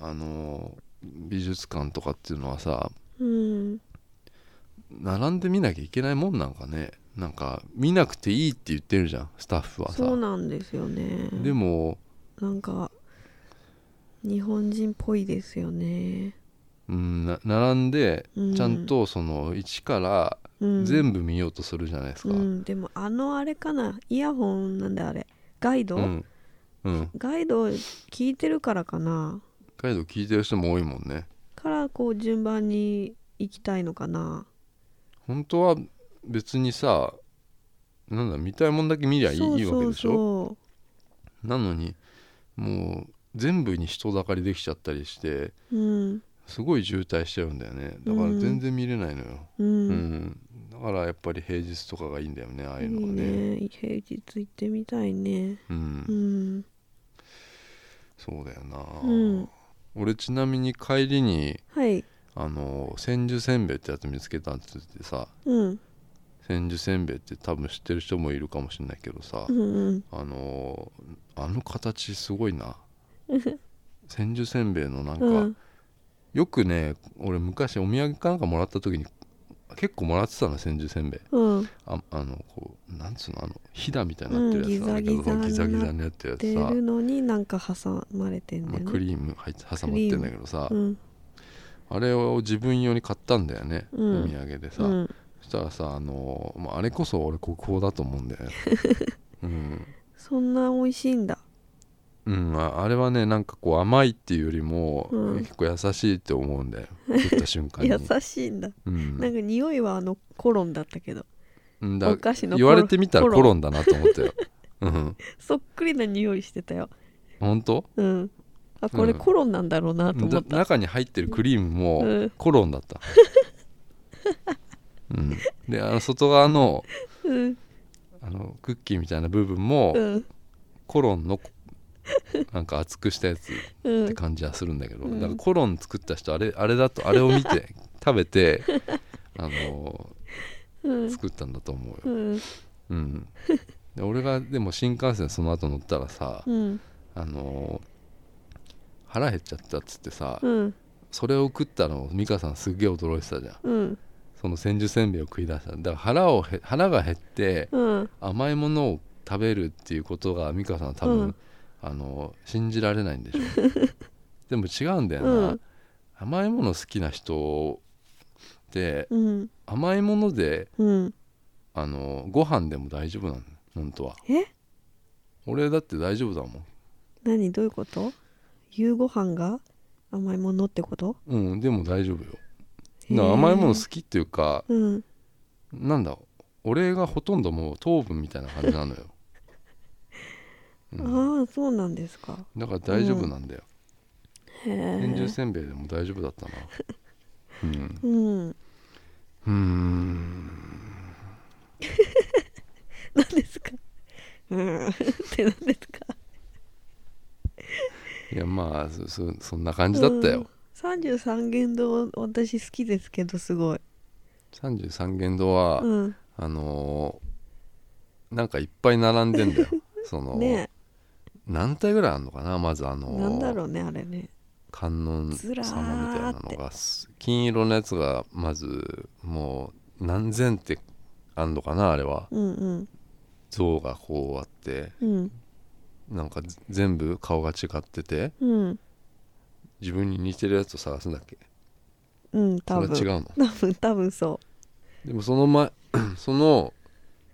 S1: あの美術館とかっていうのはさ
S2: うん
S1: 並んで見なきゃいけないもんなんかねなんか見なくていいって言ってるじゃんスタッフはさ
S2: そうなんですよね
S1: でも
S2: なんか日本人っぽいですよね
S1: うん、な並んで
S2: うん
S1: ちゃんとその一から
S2: 全
S1: 全部見ようとするじゃないですか、
S2: うん、でもあのあれかなイヤホンなんだあれガイド、
S1: うんうん
S2: ガイド聞いてるからかな
S1: ガイド聞いてる人も多いもんね
S2: からこう順番に行きたいのかな
S1: 本当は別にさなんだ見たいもんだけ見りゃいい
S2: そう
S1: いいわけでしょ
S2: そ
S1: なのにもう全部に人だかりできちゃったりして
S2: うそううん
S1: すごい渋滞しちゃうんだよねだから全然見れないのよ、
S2: う、
S1: うんんだからやっぱり平日とかがいいんだよねああ
S2: い
S1: い
S2: いう
S1: のがね
S2: ね平日行ってみたいね
S1: うん、
S2: うん
S1: そうだよな、
S2: うん
S1: 俺ちなみに帰りに
S2: はい
S1: あの千住せんべいってやつ見つけたって言ってさ
S2: うん
S1: 千住せんべいって多分知ってる人もいるかもしれないけどさ、
S2: うんうん
S1: あのあの形すごい
S2: *laughs*
S1: な千住せんべいのなんか、
S2: うん
S1: よくね俺昔お土産かなんかもらった時に結構もらってたの千住せんべい
S2: うん
S1: ああのこうなんつうのあのひだみたいになってるやつなんだけど、
S2: うんギザギ
S1: そ
S2: ザ
S1: うギザギザになってる
S2: 出
S1: やつさ
S2: る、のになんか挟まれてんだ
S1: ま
S2: よ
S1: あ、
S2: ね、
S1: クリーム入って挟まってんだけどさ、
S2: うん
S1: あれを自分用に買ったんだよね、
S2: うん
S1: お土産でさ、
S2: うん
S1: そしたらさあのーまあ、あれこそ俺国宝だと思うん
S2: *laughs*
S1: だよね、うん
S2: そんな美味しいんだ
S1: うん、ああれはねなんかこう甘いっていうよりも、
S2: うん
S1: 結構優しいって思うんだ
S2: *laughs*
S1: よ食った瞬間に
S2: 優しいんだ
S1: うん
S2: なんか匂いはあのコロンだったけど
S1: うん
S2: お
S1: だ
S2: 菓子のコ
S1: 言
S2: ロン
S1: われてみたらコロンだなと思ったよ、うん、
S2: そっくりな匂いしてたよ
S1: 本当
S2: うんあこれ
S1: うん
S2: コロンなんだろうなと思っ
S1: だ
S2: た
S1: 中に入ってるクリーム
S2: う
S1: も
S2: ん
S1: コロンだっ
S2: *laughs*
S1: た、うん、であの外側の
S2: うん
S1: あのクッキーみたいな部分も、
S2: うん
S1: コロンのなんか厚くしたやつっ
S2: う
S1: て
S2: ん
S1: 感じはするんだけど、
S2: うん
S1: なんかコロン作った人あれあれだとあれを見
S2: *laughs*
S1: て食べてあの
S2: うん
S1: 作ったんだと思う
S2: う
S1: よ、
S2: ん
S1: うん、で俺がでも新幹線その後乗ったらさ、
S2: うん
S1: あの腹減っちゃったっつってさ、
S2: うん
S1: それを食ったのを美香さんすげえ驚いてたじゃん
S2: うん
S1: その千住せんべいを食い出しただから腹をへ腹が減って
S2: うん
S1: 甘いものを食べるっていうことが美香さんは多分、
S2: うん
S1: あの信じられないんでしょう
S2: *laughs*
S1: でも違うんだよな、
S2: うん
S1: 甘いもの好きな人って
S2: うん
S1: 甘いもので
S2: うん
S1: あのご飯でも大丈夫なの本当は
S2: え
S1: 俺だって大丈夫だもん
S2: 何どういうこと夕ご飯が甘いものってこと
S1: うんでも大丈夫よ
S2: へー
S1: な甘いもの好きっていうか
S2: うん
S1: なんだ俺がほとんどもう糖分みたいな感じなのよ、うん
S2: ああそうなんですか
S1: だから大丈夫なんだよ
S2: へえ
S1: 天獣せんべいでも大丈夫だったなうん
S2: うん
S1: うーん
S2: 何ですかうんって何ですか
S1: いやまあそそそんな感じだったよ、
S2: うん、33元堂私好きですけどすごい
S1: 33軒堂は、
S2: うん
S1: あのーなんかいっぱい並んでん
S2: *laughs*
S1: だよその、
S2: ね
S1: 何体ぐらいあんのかなまずあのー
S2: なんだろうねあれね
S1: 観音様みたいなの
S2: ずら
S1: がす金色のやつがまずもう何千ってあんのかなあれは
S2: うんうん
S1: 像がこうあって
S2: うん
S1: なんかぜ全部顔が違ってて
S2: うん
S1: 自分に似てるやつを探すんだっけ
S2: うん
S1: そ
S2: 多
S1: れ
S2: 分
S1: は違うの
S2: 多分多分そ
S1: でもその前 *clears throat* その、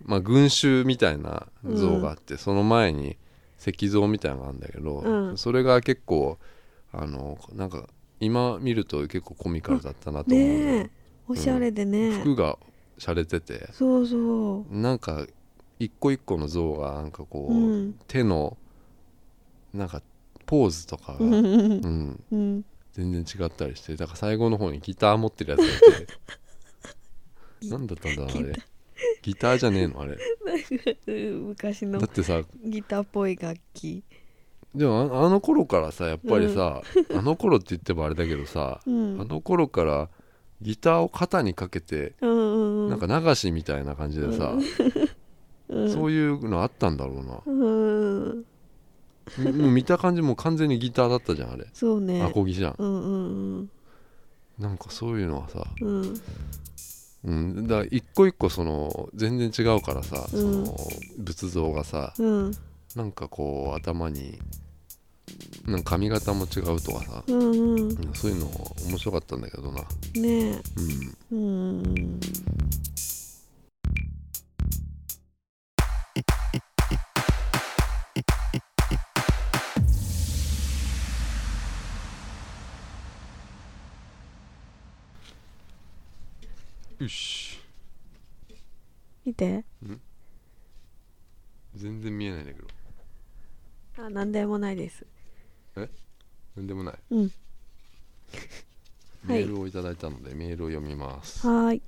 S1: まあ、群衆みたいな像があって、その前に石像みたいなのがあるんだけど、
S2: うん
S1: それが結構あのなんか今見ると結構コミカルだったな
S2: う
S1: と思うのよ、
S2: ねえおしゃれでね、
S1: 服が洒落てて
S2: そうそう
S1: なんか一個一個の像がなんかこう、
S2: うん
S1: 手のなんかポーズとかが、
S2: う
S1: うん
S2: んうん *laughs*
S1: 全然違ったりしてだから最後の方にギター持ってるやつが
S2: *laughs*
S1: いてなんだったんだろうあれギターじゃねえのあれ
S2: 昔 *laughs* の
S1: だってさ
S2: ギターっぽい楽器
S1: でもああの頃からさやっぱりさ、あの頃って言ってもあれだけどさ、
S2: うん
S1: あの頃からギターを肩にかけて
S2: うんうんうん
S1: なんか流しみたいな感じでさ、
S2: うん
S1: そういうのあったんだろうな
S2: うん
S1: みもう見た感じもう完全にギターだったじゃんあれ
S2: そうね
S1: アコギじゃん
S2: うんうん
S1: なんかそういうのはさ、
S2: うんうん
S1: うん、だから一個一個その全然違うからさ、
S2: うん
S1: その仏像がさ
S2: うん
S1: なんかこう頭になんか髪型も違うとかさ、
S2: うんうん
S1: うんそういうの面白かったんだけどな
S2: ね
S1: うん
S2: えうん
S1: よし
S2: 見て
S1: 全然見えないんだけど
S2: あなんでもないです
S1: なんでもない
S2: うんは
S1: メ
S2: い
S1: ールをいただいたので、メールを読みます
S2: はーい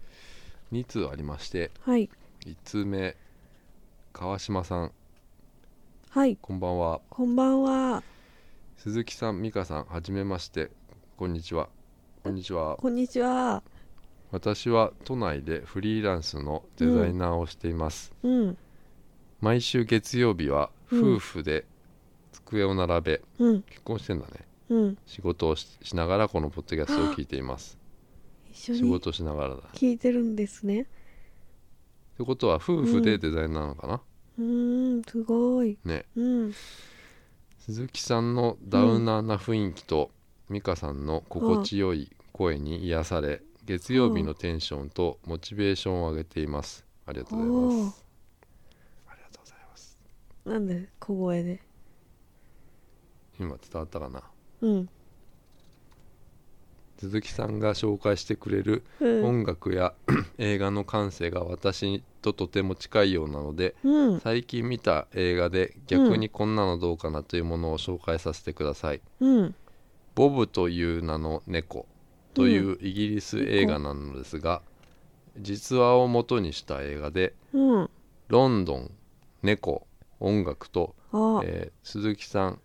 S1: 2通ありまして
S2: はい
S1: 1通目川島さん
S2: はい
S1: こんばんは
S2: こんばんは
S1: 鈴木さん美香さんはじめましてこんにちはこんにちは
S2: こんにちは
S1: 私は都内でフリーランスのデザイナーをしています、
S2: うん
S1: 毎週月曜日は
S2: うん
S1: 夫婦で机を並べ、
S2: うん
S1: 結婚してんだね
S2: うん
S1: 仕事をししながらこのポッドキャストを聞いています
S2: 一緒
S1: 仕
S2: に
S1: 事しながらだっ
S2: 聞いてるんですね
S1: てことは夫婦でデザイナーなのかな、
S2: うーんすごい
S1: ね
S2: うん
S1: 鈴木さんのダウナーな雰囲気と、美香さんの心地よい声に癒され月曜日のテンションとモチベーションを上げていますありがとうござい
S2: お
S1: ま
S2: お
S1: すありがとうございます
S2: なんで小声で
S1: 今伝わったかな
S2: うん
S1: 鈴木さんが紹介してくれる
S2: うん
S1: 音楽や映画の感性が私ととても近いようなので
S2: うん
S1: 最近見た映画で逆にこんなのどうかなというものを紹介させてください
S2: うん
S1: 「ボブという名の猫」というイギリス映画なのですが実話を元にした映画で
S2: うん
S1: ロンドン猫音楽と、
S2: あ
S1: えー鈴木さん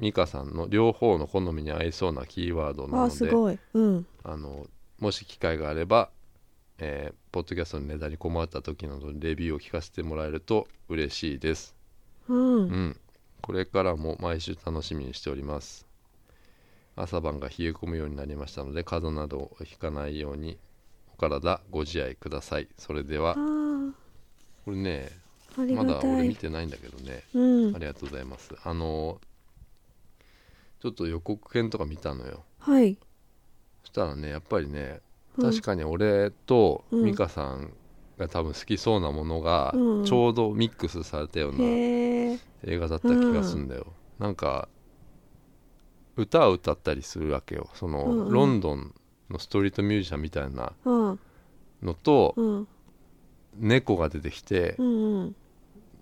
S1: 美香さんの両方の好みに合いそうなキーワードな
S2: あ
S1: の
S2: す
S1: で
S2: ごいうん
S1: あのもし機会があれば、えーポッドキャストのネタに困った時などのレビューを聞かせてもらえると嬉しいです、
S2: うん
S1: うん、これからも毎週楽しみにしております朝晩が冷え込むようになりましたので風邪などをひかないようにお体ご自愛くださいそれでは
S2: あ
S1: これね
S2: ああり
S1: ま
S2: が
S1: だ
S2: た
S1: 俺見
S2: い
S1: てないんだけどね
S2: うん
S1: ありがとうございますあのちょっと予告編とか見たのよ
S2: はい
S1: そしたらねやっぱりね
S2: うん
S1: 確かに俺と
S2: うん
S1: 美香さんが多分好きそうなものが
S2: うん
S1: ちょうどミックスされたような
S2: へえ
S1: 映画だった気がするんだよ、なんか歌を歌ったりするわけよその、
S2: うんうん
S1: ロンドンのストリートミュージシャンみたいな
S2: うん
S1: のと、
S2: うん
S1: 猫が出てきて、
S2: うん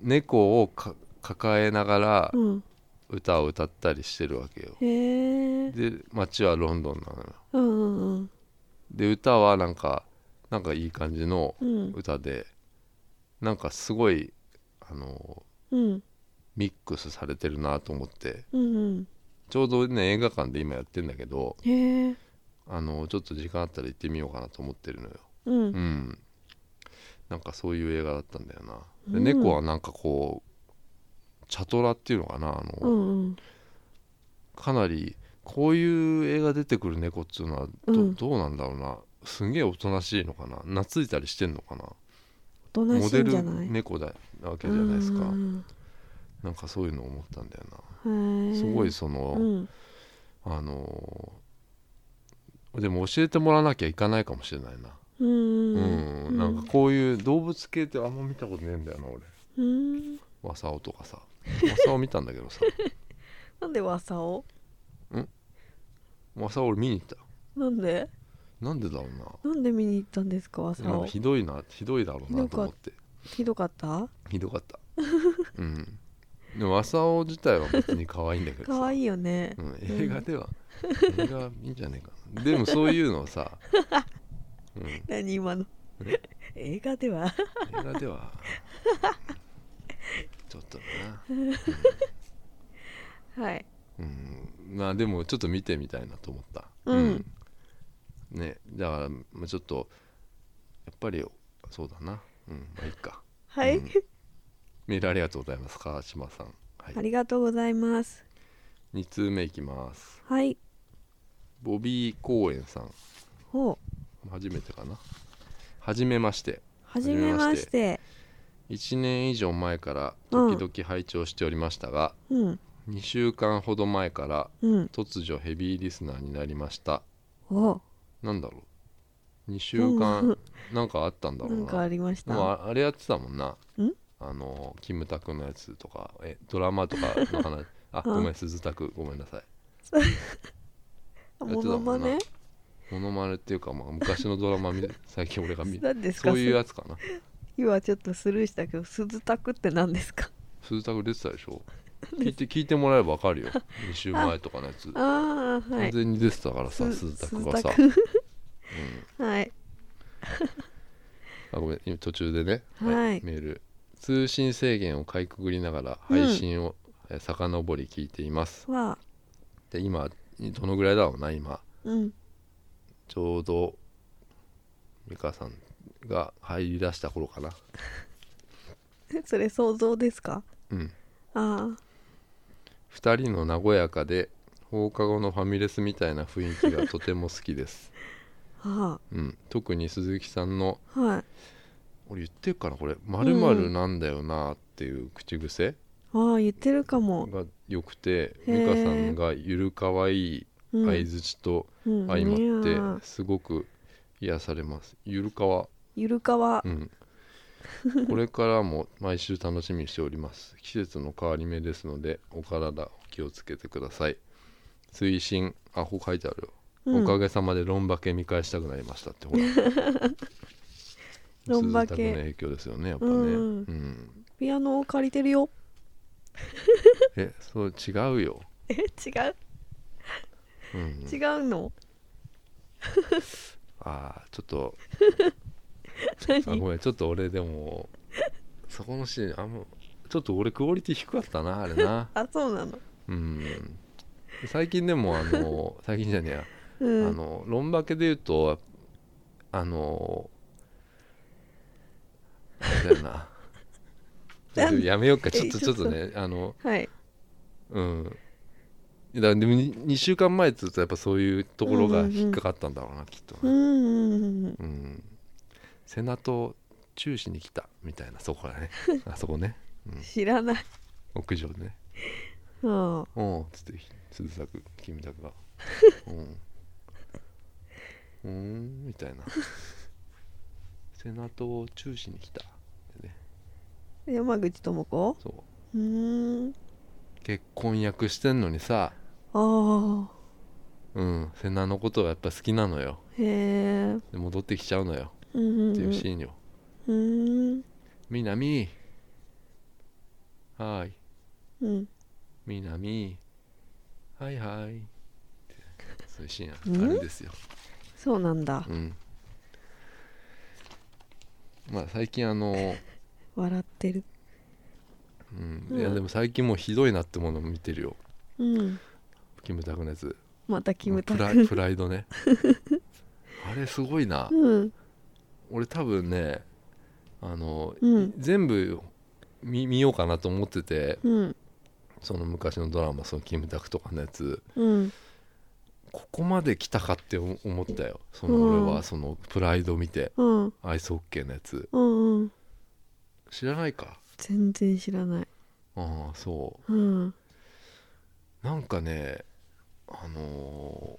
S1: 猫をか抱えながら
S2: うん
S1: 歌を歌ったりしてるわけよ
S2: へえ
S1: で街はロンドンなのよ
S2: うんうん
S1: で歌はなんかなんかいい感じの
S2: うん
S1: 歌でなんかすごいあの
S2: うん
S1: ミックスされてるなと思って
S2: うんうん
S1: ちょうどね映画館で今やってんだけど
S2: へえ
S1: あのちょっと時間あったら行ってみようかなと思ってるのよ
S2: う
S1: うんんなんかそういう映画だったんだよな、
S2: う
S1: で
S2: ん
S1: 猫はなんかこうチャトラっていうのかなあ
S2: う
S1: の、
S2: んうん
S1: かなりこういう映画出てくる猫っていうのはど,、
S2: うん
S1: どうなんだろうなすんげえおとなしいのかな懐いたりしてんのかな
S2: おとな
S1: モ
S2: しい
S1: デ
S2: んじゃ
S1: ル
S2: ない
S1: 猫だなわけじゃないですか、
S2: うん
S1: なんかそういうの思ったんだよ
S2: へ
S1: な
S2: え
S1: すごいその、
S2: うん
S1: あのーでも教えてもらわなきゃいかないかもしれないな
S2: う
S1: うんん、なんかこういう動物系ってあんま見たことねえんだよな俺
S2: うん
S1: マサオと *laughs* かさマサオ見たんだけどさ
S2: なんでわさお
S1: マサオ俺見に行ったよ
S2: なんで
S1: なんでだろう
S2: なんで見に行ったんですかわ
S1: な
S2: さ
S1: なん
S2: お
S1: かひどいなひどいだろうなと思って
S2: ひどかった
S1: ひどかったうんでもマサオ自体は別に可愛いんだけどさ
S2: 可愛いよね
S1: うん、映画では、映画いいんじゃねえかなでもそういうのを *laughs* さ、うん、映
S2: 何今の
S1: え
S2: 映画では
S1: 画ではちょっとな、
S2: はい
S1: うん、まあでもちょっと見てみたいなと思った
S2: うん、
S1: ねだからまあちょっとやっぱりそうだなうんまあいいか
S2: はい、
S1: うんメールありがとうございます川島さんは
S2: あ
S1: い
S2: りがとうございます
S1: 2通目いきます
S2: はい
S1: ボビー・コーエンさん
S2: ほう
S1: 初めてかな初めまして
S2: はじめまして
S1: 1年以上前から時々拝聴しておりましたが、
S2: うん
S1: 2週間ほど前から
S2: うん
S1: 突如ヘビーリスナーになりました
S2: お
S1: なんだろう2週間なんかあったんだろ
S2: な
S1: うん
S2: かあ
S1: な
S2: りまし
S1: でも
S2: た
S1: ああれやってたもんなんあのキムタクのやつとかえドラマとかの
S2: *laughs*
S1: 話あごめん鈴タクごめんなさい
S2: モノマ
S1: や
S2: ネ
S1: ってモノマネっていうか、まあ、昔のドラマ
S2: *laughs*
S1: 見最近俺が見
S2: 何ですか
S1: そういうやつかな
S2: 今ちょっとスルーしたけど鈴たくって何ですか
S1: 鈴タク出てたでしょ聞
S2: *laughs*
S1: いて聞いてもらえば分かるよ2週前とかのやつ
S2: ああ *laughs* は
S1: 完
S2: い
S1: 全に出てたからさ、
S2: す
S1: 鈴田君がさ、うん、
S2: 鈴はい
S1: あごめん今途中でね、
S2: はい
S1: メール通信制限をかいくぐりながら配信を、えー遡り聞いています
S2: は
S1: で今どのぐらいだろうな今
S2: うん
S1: ちょうど美香さんが入り出した頃かな
S2: それ想像ですか
S1: うん
S2: ああ
S1: 2人の和やかで放課後のファミレスみたいな雰囲気がとても好きです、 *laughs*
S2: は
S1: うん、特に鈴木さんの
S2: あ、はい。
S1: 俺言ってるかなこれ「まるなんだよな」っていう口癖、
S2: ああ、言ってるかも。
S1: が良くて
S2: へー
S1: 美香さんがゆるかわいい
S2: うん、
S1: 相づちと
S2: うん
S1: 相
S2: いや
S1: まっ
S2: ー
S1: てすごく癒されますゆるかわ
S2: ゆるかは
S1: う、んこれからも毎週楽しみにしております季節の変わり目ですのでお体お気をつけてください推進あここ書いてあるよ、
S2: うん
S1: おかげさまでロンバケ見返したくなりましたって
S2: *laughs*
S1: ほら
S2: ロンバ
S1: 鈴
S2: ケ
S1: 田君の影響ですよねやっぱね
S2: うんうん
S1: うん、
S2: ピアノを借りてるよ。
S1: えそう違うよ、
S2: え、違う、
S1: うん、
S2: 違うの。
S1: ああちょっとあ
S2: 何
S1: ごめんちょっと俺でもそこのシーンあんまちょっと俺クオリティ低かったなあれな
S2: あ、そうなの。
S1: うん最近でもあ
S2: *laughs*
S1: の最近じゃねえや、
S2: うん。
S1: あの論化けで言うとあのあれだよな
S2: *laughs* なん
S1: ちょっとやめようかちょっ
S2: え
S1: と
S2: ち
S1: ちょ
S2: ょっ
S1: っ
S2: と
S1: とねあの
S2: はい。
S1: うんだからでも2週間前っつうとやっぱそういうところが引っかかったんだろうな、きっとな
S2: うんうんうん
S1: うん、セナとチューしに来たみたいなそこだ
S2: *laughs*
S1: ねあそこね
S2: うん。知らない。
S1: 屋上でね
S2: う
S1: 「
S2: ん。
S1: おう」っつって鈴作キムタクが「うん」うーんみたいな「セナとチューしに来た」でね
S2: 山口智子。
S1: そう
S2: ーん。
S1: う結婚約してんのにさ
S2: ああ。
S1: うんセナのことがやっぱ好きなのよ
S2: へえ。
S1: で戻ってきちゃうのよ
S2: うんうん、
S1: って
S2: う
S1: い
S2: ん。
S1: うシーンよ
S2: うーん。
S1: 「みなみはーい
S2: うん。
S1: みなみはいはいってそういうシーン
S2: ん
S1: あるんですよ、
S2: そうなんだ。
S1: うん、まあ最近あの、
S2: 笑ってる。
S1: うん
S2: うん
S1: いやでも最近もうひどいなってものを見てるよ
S2: うん。
S1: キムタクのやつ
S2: またキムタ
S1: プ
S2: *laughs*
S1: ライ
S2: ク。
S1: プライドねあれすごいな
S2: うん。
S1: 俺多分ねあの、
S2: うん
S1: 全部見見ようかなと思ってて
S2: うん。
S1: その昔のドラマそのキムタクとかのやつ
S2: うん。
S1: ここまで来たかって思思ったよその俺
S2: うん
S1: はそのプライドを見て
S2: うん。
S1: アイスホッケーのやつ
S2: うん。うん。
S1: 知らないか
S2: 全然知らない。
S1: ああそ
S2: うん
S1: うなんかねあの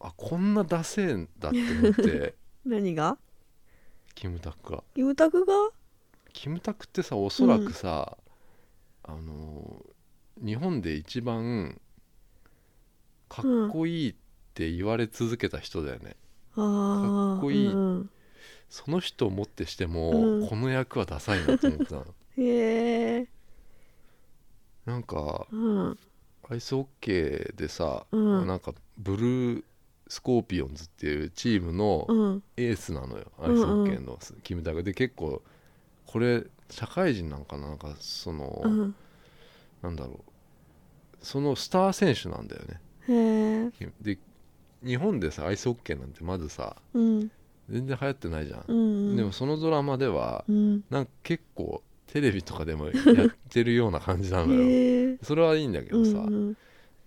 S1: ーあこんなダセえんだって思って
S2: *laughs* 何が
S1: キムタクが
S2: キムタクが
S1: キムタクってさおそらくさ、あのー日本で一番かっこいいって言われ続けた人だよね、
S2: ああ
S1: かっこいい
S2: うん
S1: その人をもってしても、
S2: うん
S1: この役はダサいなと思って
S2: *laughs*
S1: たの
S2: へえ
S1: なんか
S2: うん
S1: アイスホッケーでさ、
S2: うん
S1: なんかブルースコーピオンズっていうチームの
S2: うん
S1: エースなのよ、
S2: ん
S1: アイスホッケーのキムタクで結構これ社会人なんかななんかその、
S2: うん
S1: なんだろうそのスター選手なんだよね
S2: へえ
S1: キムで日本でさアイスホッケーなんてまずさ
S2: うん
S1: 全然流行ってないじゃん、
S2: うん
S1: でもそのドラマでは
S2: うん
S1: なんか結構テレビとかでもやってるような感じなのよ、
S2: へえ
S1: それはいいんだけど
S2: う
S1: さ、
S2: ん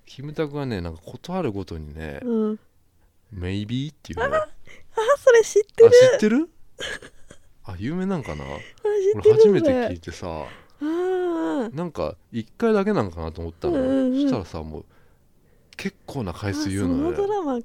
S1: キムタクはねなんか断るごとにね
S2: うんうん
S1: 「Maybe」っていうのあ
S2: あそれ知って
S1: 知
S2: る
S1: ってるあ有名なんかな
S2: あ知っ
S1: 俺
S2: てる
S1: 初めて
S2: そ
S1: 聞
S2: れ
S1: いてさ
S2: ああ
S1: なんか一回だけなんかなと思ったのよ、
S2: うんうんうん
S1: そしたらさもう結構な回数言う
S2: あ
S1: の
S2: そのド
S1: よ、ね、
S2: ラマ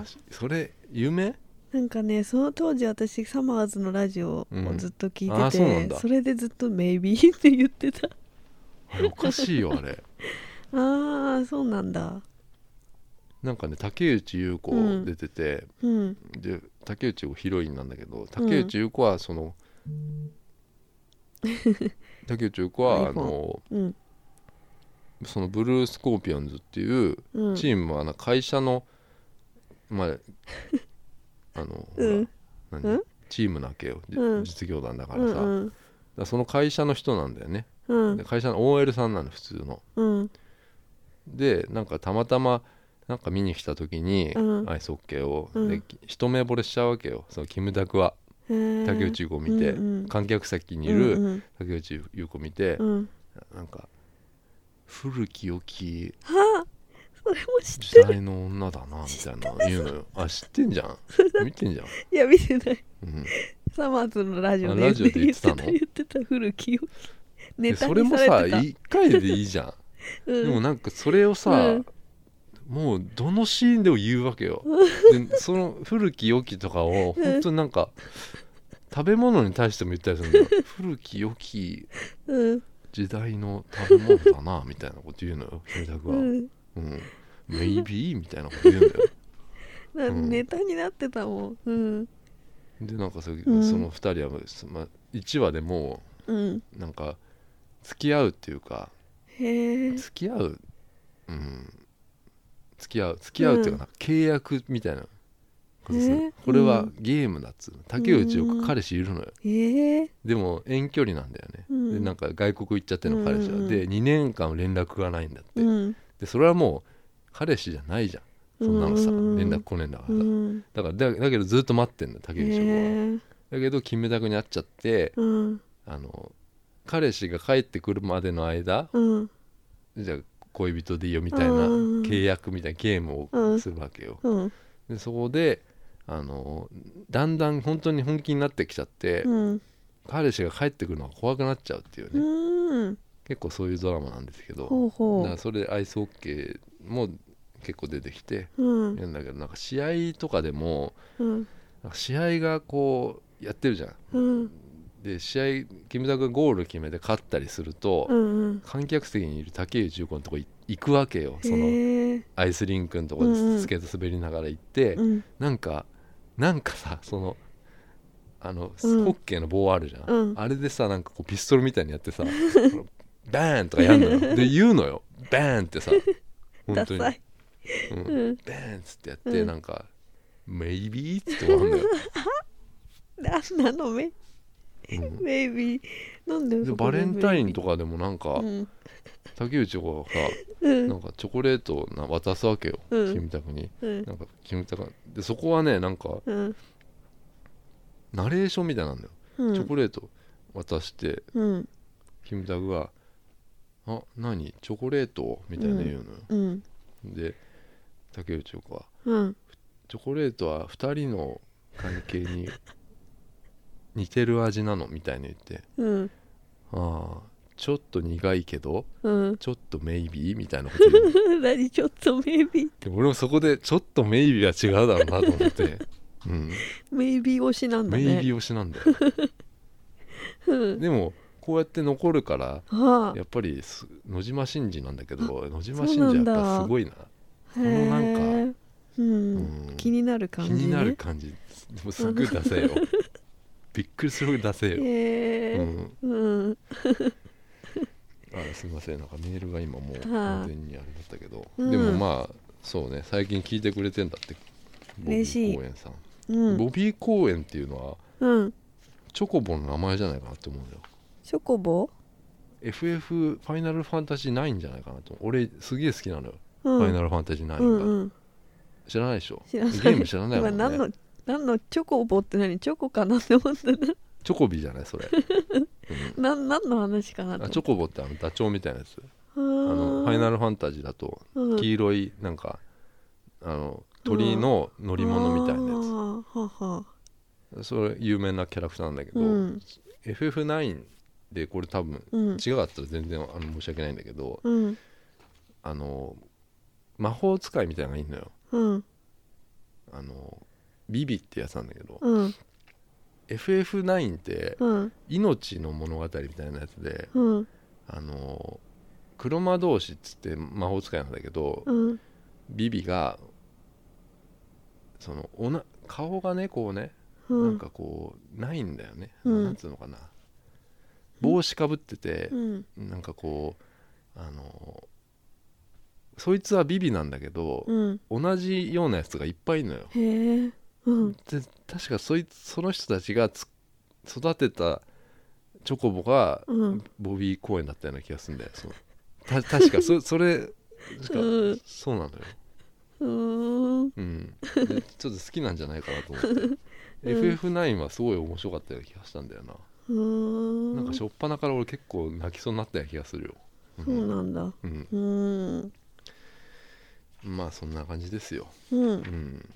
S1: あ
S2: か
S1: それ有名
S2: なんかねその当時私サマーズのラジオをずっと聞
S1: うんあ
S2: いて
S1: そうな
S2: て、
S1: んだ
S2: それでずっと「メイビー」って言ってた *laughs*
S1: あれおかしいよあれ *laughs*
S2: ああそうなんだ
S1: なんかね竹内優子出てて、
S2: うん
S1: で竹内優子ヒロインなんだけど竹内優子はその、竹内優子
S2: *laughs*
S1: はあの
S2: うん
S1: そのブルースコーピオンズっていう
S2: うん
S1: チームはな会社のまあ
S2: *laughs*
S1: あの、
S2: うん
S1: ほら
S2: うん
S1: 何チームなわけよ、じ
S2: うん
S1: 実業団だか
S2: う
S1: らさ、だか
S2: ん
S1: らその会社の人なんだよね、
S2: うん
S1: で会社の OL さんなの普通の
S2: うん
S1: でなんかたまたまなんか見に来た時に、
S2: うん
S1: アイスホッケーを、
S2: うん
S1: で一目惚れしちゃうわけよそのキムタクは
S2: へー
S1: 竹内優子を見て、
S2: うんうん
S1: 観客席にい
S2: うん
S1: る
S2: うん
S1: 竹内優子を見て、
S2: うん
S1: なんか古き良き
S2: はあそれも知っ
S1: 時
S2: てる
S1: 代の女だなみたいな言うのよあ知ってんじゃ
S2: *laughs*
S1: ん見てんじゃん、
S2: いや見てない
S1: うん、
S2: サマーズのラジオ
S1: あ
S2: で
S1: ラジオで言ってたの
S2: 言ってた古きよきネ
S1: で
S2: タ
S1: それ
S2: に
S1: も
S2: さ
S1: さ
S2: れてた
S1: 1回でいいじゃん、
S2: うん
S1: でもなんかそれをさ、
S2: うん
S1: もうどのシーンでも言うわけよ、でその古き良きとかを
S2: うん
S1: 本当になんか、食べ物に対しても言ったりするんだよ
S2: *laughs*
S1: 古き良き
S2: うん
S1: 時代の食べ物だなみたいなこと言うのよキムタク
S2: う
S1: は、うん
S2: ん
S1: メイビーみたいなこと言うんだよ
S2: なん
S1: うん
S2: ネタになってたもんうん
S1: でなんかそ,、
S2: ん
S1: その2人は、そまあ、1話でも
S2: うん
S1: うなんか付き合うっていうか
S2: へえ
S1: 付き合ううん付き合う付き合うっていうかな、契約みたいなことする、
S2: えー
S1: これはゲームだっつうの竹内よ
S2: うん
S1: く彼氏いるのよ、
S2: へえ
S1: でも遠距離なんだよね、
S2: うん
S1: でなんか外国行っちゃってんの彼氏は、
S2: うんうん
S1: で2年間連絡がないんだって、
S2: うん
S1: でそれはもう彼氏じゃないじゃんそんなのさ、
S2: うん
S1: 連絡来ねえんだか
S2: う
S1: らさ、
S2: ん
S1: だからだだけどずっと待ってんだ
S2: へ
S1: 竹内は
S2: え
S1: だけど金メダルに会っちゃって
S2: うん
S1: あの彼氏が帰ってくるまでの間、
S2: うん
S1: じゃあ恋人でいいよみたいな
S2: うん
S1: 契約みたいなゲームをするわけよ、
S2: うん
S1: でそこであのだんだん本当に本気になってきちゃって、
S2: うん
S1: 彼氏が帰ってくるのが怖くなっちゃうっていうね、
S2: うん
S1: 結構そういうドラマなんですけど
S2: ほうほう
S1: だからそれでアイスホッケーも結構出てきて
S2: うん
S1: なんだけどなんか試合とかでも
S2: うん
S1: なんか試合がこうやってるじゃん
S2: うん
S1: で試合キムタクがゴール決めて勝ったりすると、
S2: うん
S1: 観客席にいる竹内優子のとこ行くわけよその
S2: へえ
S1: アイスリンクのとこで
S2: うんうん
S1: スケート滑りながら行って、
S2: うん
S1: なんかなんかさそのあの、
S2: うん
S1: ホッケーの棒あるじゃん、
S2: うん
S1: あれでさなんかこうピストルみたいにやってさ *laughs* このバーンとかやんのよで言うのよバーンってさ本
S2: *laughs* ダ
S1: 当に、
S2: サい
S1: うん
S2: うん
S1: バーンっつってやって、
S2: うん
S1: なんか「メイビー」って終わ
S2: *laughs*
S1: るのよ、
S2: なんなのめ
S1: うん
S2: ベイビーなんで
S1: でバレンタインと
S2: か
S1: かでもなんか、
S2: うん
S1: 竹内がさ
S2: うん
S1: なんかチョコレートをな渡すわけよ、
S2: うん
S1: キムタクに
S2: うん
S1: なんかキムタクでそこはねなんか
S2: うん
S1: ナレーションみたいなんだよ
S2: うん
S1: チョコレート渡して
S2: うん
S1: キムタクが「あ何チョコレート?」みたいな言うのよ、
S2: うん
S1: で竹内子は
S2: うん
S1: 「チョコレートは2人の関係 *laughs* に似てる味なの」みたいに言って
S2: うん
S1: 「ああちょっと苦いけど
S2: うん
S1: ちょっとメイビーみたいなこと言うの
S2: *laughs* 何ちょっとメイビー
S1: でも俺もそこでちょっとメイビーは違うだろうなと思
S2: *laughs*
S1: って、うん、
S2: メイビー推しなんだ
S1: メ
S2: ね
S1: イビー推しなんだよ
S2: うん
S1: でもこうやって残るから
S2: はあ
S1: やっぱりす野島真司なんだけど野島真司やっ
S2: そうなんだ
S1: ぱすごいな
S2: へ
S1: のなんか
S2: えうん、
S1: うん
S2: 気になる感
S1: 気
S2: じ、ね、
S1: になる感じでもすっごいダセえよびっくりするぐらいダセえよ、
S2: *laughs* へえ
S1: うん、
S2: うん
S1: あすいませんなんかメールが今もう
S2: はい
S1: 完全にあれだったけど、
S2: うん
S1: でもまあそうね最近聞いてくれてんだってボビ
S2: 嬉し
S1: ー
S2: い
S1: 公園さん、
S2: うん
S1: ボビー公園っていうのは
S2: うん
S1: チョコボの名前じゃないかなって思うんだよ
S2: チョコボ
S1: FF ファイナルファンタジー9じゃないかなと思う俺すげえ好きなのよ、
S2: うん
S1: ファイナルファンタジー9が、
S2: うんうん
S1: 知らないでしょ
S2: 知らない
S1: ゲーム知らないもん
S2: 今何
S1: ね
S2: の何のチョコボって何チョコかなって思ったな
S1: チョコビじゃないそれ、うん
S2: *laughs* なん何の話かな
S1: あ
S2: と
S1: チョコボってあのダチョウみたいなやつ
S2: あ
S1: あのファイナ
S2: ル
S1: ルファンタジーだと
S2: うん
S1: 黄色いなんかあの鳥の乗り物みたいなや
S2: あーはあはあ
S1: つそれ有名なキャラクターなんだけど、
S2: うん
S1: FF9 でこれ多分
S2: うん
S1: 違かったら全然あの申し訳ないんだけど
S2: うん
S1: あの魔法使いみたいなのがいるのよ
S2: うん
S1: あのビビってやつなんだけど、
S2: うん
S1: FF9 って
S2: うん
S1: 命の物語みたいなやつで
S2: うん
S1: あの黒魔道士っつって魔法使いなんだけど、
S2: うん
S1: ビビがそのおな顔がねこうね、
S2: うん
S1: なんかこうないんだよね、
S2: うん
S1: なんつうのかな帽子かぶってて
S2: う、ん
S1: なんかこうあのそいつはビビなんだけど、
S2: うん
S1: 同じようなやつがいっぱいいるのよ、
S2: へえうん
S1: で確かそいつその人たちがつ育てたチョコボが
S2: うん
S1: ボビー公園だったような気がするんだよ、そのた確か
S2: *laughs*
S1: そそれしか、
S2: うん
S1: そうなのよ
S2: うーん
S1: うん、でちょっと好きなんじゃないかなと思って、FF9
S2: *laughs*
S1: はすごい面白かったような気がしたんだよな、
S2: うーん
S1: なんか初っ端から俺結構泣きそうになったような気がするよ、うん
S2: そうなんだ
S1: うん
S2: うん
S1: まあそんな感じですよ、
S2: うん
S1: うん、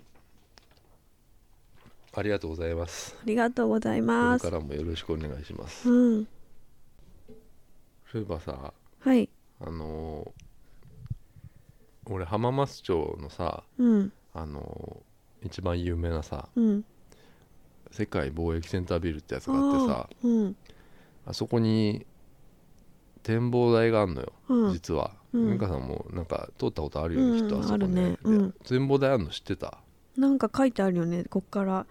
S1: ありがとうございます
S2: ありがとうござい
S1: こ
S2: ま
S1: れ
S2: す
S1: からもよろしくお願いします、
S2: うん
S1: そういえばさ
S2: はい
S1: あのー俺浜松町のさ
S2: うん
S1: あのー一番有名なさ
S2: うん
S1: 世界貿易センタービルってやつ
S2: あ
S1: があってさ
S2: ーうん
S1: あそこに展望台があるのよ、
S2: うん
S1: 実は
S2: うん
S1: 美香、さんもなんか通ったことあるよね、
S2: うん
S1: きっとあそこ
S2: ある
S1: ね
S2: ねうん
S1: で展望台あるの知ってた、
S2: なんか書いてあるよねこっから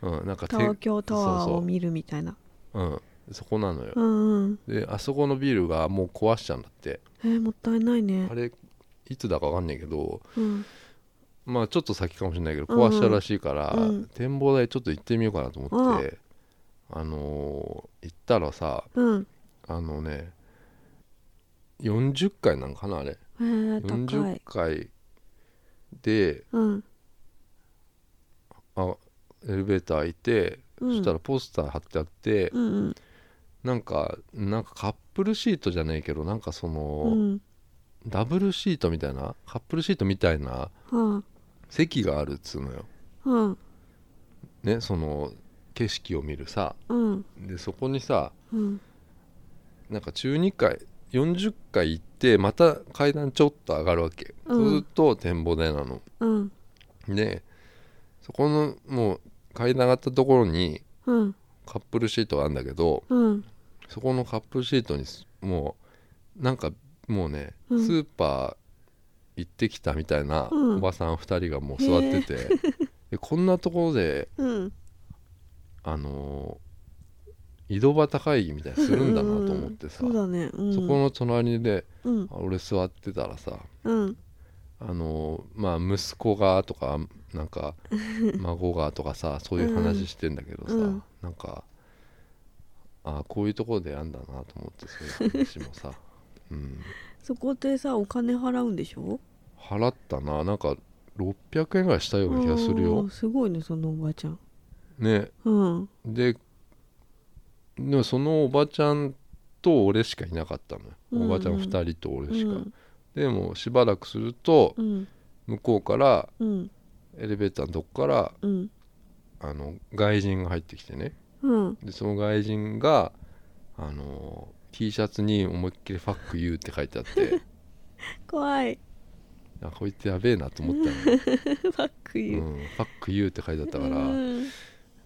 S1: うん、なんかて
S2: 東京タワー
S1: そう
S2: を見るみたいな
S1: そう、うん、そこなのよ、
S2: うんうん
S1: であそこのビルがもう壊しちゃうんだって
S2: えーもったいないね
S1: あれいつだかわかんないけど
S2: うん
S1: まあちょっと先かもしれないけど壊しちゃうらしいから、
S2: うんうん
S1: 展望台ちょっと行ってみようかなと思って、あのー行ったらさ
S2: うん
S1: あのね40階なんかなあれ
S2: えー高
S1: 40
S2: い
S1: 階で
S2: うん
S1: あエレベーター開いて、
S2: うん
S1: そしたらポスター貼ってあって、
S2: うんうん
S1: なんかなんかカップルシートじゃねえけどなんかその、
S2: うん
S1: ダブルシートみたいなカップルシートみたいな
S2: は
S1: 席があるっつうのよ。
S2: あうん
S1: ねその景色を見るさ
S2: うん
S1: でそこにさ
S2: うん
S1: なんか中2階40階行ってまた階段ちょっと上がるわけ、
S2: うん
S1: そうすると展望台なの
S2: うん
S1: でそこのもう階段上がったところに
S2: うん
S1: カップルシートがあるんだけど
S2: うん
S1: そこのカップルシートにすもうなんかもうね、
S2: うん
S1: スーパー行ってきたみたいな
S2: うん
S1: おばさん2人がもう座ってて、でこんなところで
S2: うん
S1: あのー井戸端会議みたいなのするんだなと思ってさ、
S2: そうだねうん
S1: そこの隣で
S2: うん
S1: あ俺座ってたらさ、
S2: うん
S1: あのまあ息子がとかなんか
S2: *laughs*
S1: 孫がとかさそういう話してんだけどさ、
S2: うん
S1: なんかあこういうところでやんだなと思ってそういう話も
S2: *laughs*
S1: さ、うん、
S2: そこでさお金払うんでしょ
S1: 払ったななんか600円ぐらいしたような気がする
S2: あ
S1: よ
S2: ー。すごいねそのおばちゃん
S1: ね
S2: うん
S1: ででもそのおばちゃんと俺しかいなかったのよ、
S2: うんうん
S1: おばちゃん2人と俺
S2: う
S1: しか、
S2: ん
S1: でもしばらくすると
S2: うん
S1: 向こうから
S2: うん
S1: エレベーターのとこから
S2: うん
S1: あの外人が入ってきてね
S2: うん
S1: でその外人が、あのー T シャツに思いっきり「ファックユー」って書いてあって
S2: *laughs* 怖い
S1: あこいつやべえなと思ったの、
S2: ファッ
S1: う
S2: クユー、
S1: ん、ファックユーって書いてあったから、
S2: うん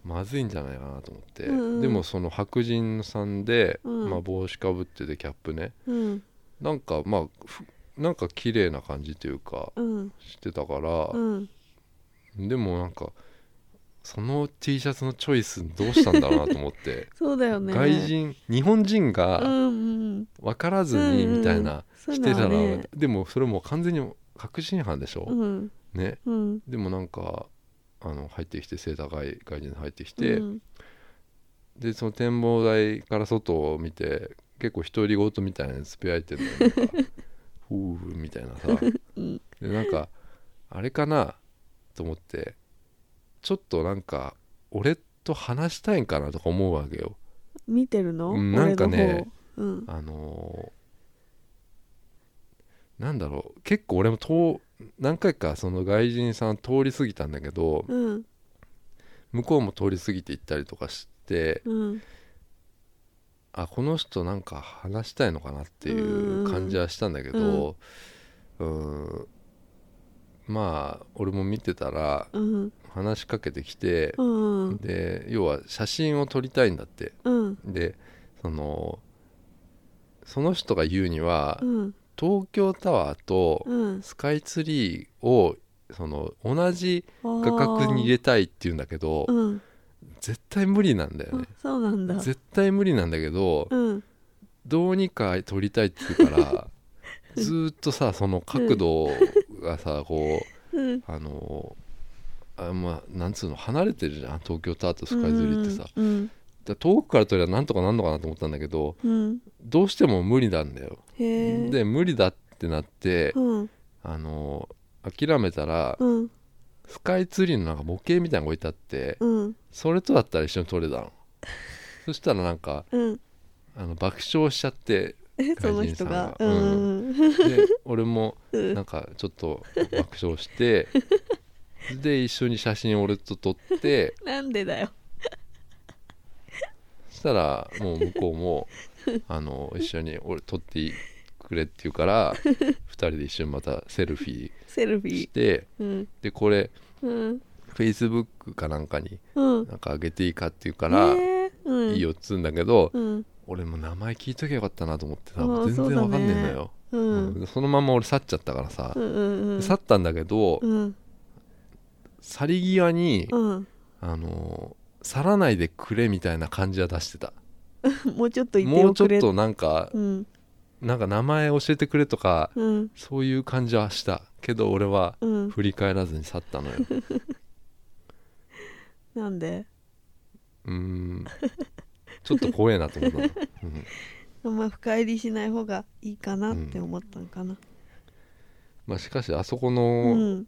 S1: まずいんじゃないかなと思って、
S2: うんうん
S1: でもその白人さんで、
S2: うん
S1: まあ、帽子かぶっててキャップね
S2: うん
S1: なんかまあふなんか綺麗な感じというか
S2: うん
S1: してたから
S2: う、ん
S1: でもなんかその T シャツのチョイスどうしたんだろうなと思って、
S2: そうだよ *laughs* ね
S1: 外人日本人が
S2: うんうん
S1: 分からずにみたいな、
S2: そう
S1: し
S2: だ
S1: てたら、
S2: よね
S1: でもそれもう完全に確信犯でしょ、
S2: うん
S1: ね
S2: うん
S1: でもなんかあの入ってきて背高い外人入ってきて、
S2: うん
S1: でその展望台から外を見て結構独り言みたいなのつぶやいてるのよなん
S2: *laughs*
S1: か「ふう」みたいなさ
S2: うん
S1: でなんかあれかなと思ってちょっとなんか俺と話したいんかなとか思うわけよ
S2: 見てるの
S1: うんなんかね
S2: 俺の方
S1: あのーなんだろう結構俺も通何回かその外人さん通り過ぎたんだけど
S2: うんうん
S1: 向こうも通り過ぎて行ったりとかして
S2: うん
S1: あこの人なんか話したいのかなっていう感じはしたんだけどうーんまあ俺も見てたら
S2: うん
S1: 話しかけてきて
S2: うん
S1: で要は写真を撮りたいんだって
S2: うん
S1: でそのその人が言うには
S2: うん
S1: 東京タワーと
S2: うん
S1: スカイツリーをその同じ画角に入れたいっていうんだけど
S2: あーうん
S1: 絶対無理なんだよね
S2: あそうなんだ
S1: 絶対無理なんだけど
S2: うん
S1: どうにか撮りたいって言うから
S2: *laughs*
S1: ずーっとさその角度がさこう
S2: うん
S1: あのあまあなんつうの離れてるじゃん東京タワーとスカイツリーってさ
S2: うん
S1: だ遠くから撮ればなんとかなんのかなと思ったんだけど
S2: うん
S1: どうしても無理なんだよ
S2: へえ
S1: で無理だってなって
S2: うん
S1: あの諦めたら
S2: うん
S1: スカイツリーのなんか模型みたいなのが置いてあって
S2: うん
S1: それとだったら一緒に撮れたのそしたらなんか
S2: うん
S1: あの爆笑しちゃって
S2: えその人
S1: 外人さんが
S2: がうん
S1: で俺も
S2: うん
S1: なんかちょっと爆笑してで一緒に写真俺と撮って
S2: なんでだよ
S1: そしたらもう向こうもあの一緒に俺撮ってくれって言うから2人で一緒にまたセルフィ
S2: セルフ
S1: ー
S2: ィ
S1: し
S2: ー
S1: て
S2: うん
S1: でこれ
S2: うん
S1: フェイスブックかなんかに
S2: うん
S1: なんか上げていいかって言うから、
S2: えーうん
S1: いいよっつうんだけど、
S2: うん
S1: 俺も名前聞いときゃよかったなと思ってさ
S2: あー
S1: 全然わかんねえんだよ
S2: う
S1: うんんそのまま俺去っちゃったからさ
S2: う、んうんうん
S1: 去ったんだけど、
S2: うん
S1: 去り際に、
S2: うん
S1: あのー去らないでくれみたいな感じは出してた
S2: もうちょっと言って
S1: も
S2: お
S1: うちょ
S2: く
S1: っ
S2: れ
S1: となんか、
S2: うん
S1: なんか名前教えてくれとか
S2: うん
S1: そういう感じはしたけど俺は
S2: うん
S1: 振り返らずに去った
S2: *laughs*
S1: のよう
S2: なんで
S1: ーんちょっと怖えなと思ったの、うん
S2: あんま深入りしない方がいいかなって思ったんかな
S1: まあ、しかしあそこ
S2: う
S1: の、
S2: ん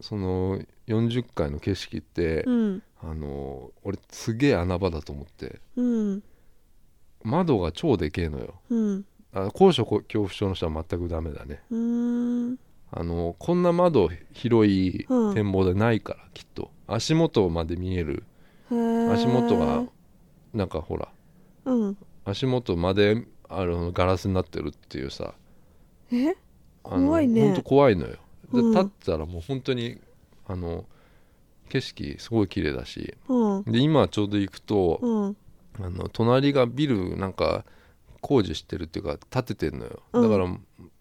S1: その40階の景色って、
S2: うん
S1: あのー俺すげえ穴場だと思って
S2: うん
S1: 窓が超でけえのよ
S2: うん
S1: あ高所恐怖症の人は全くダメだね
S2: うーん
S1: あのこんな窓広い
S2: うん
S1: 展望台ないから、きっと足元まで見える
S2: へー
S1: 足元がなんかほら
S2: うん
S1: 足元まであのガラスになってるっていうさ
S2: え
S1: あの
S2: 怖いね
S1: ほんと怖いのよで
S2: うん
S1: 立ってたらもう本当にあの景色すごい綺麗だし
S2: うん
S1: で今ちょうど行くと、
S2: うん
S1: あの隣がビルなんか工事してるっていうか建ててんのよ、
S2: うん
S1: だから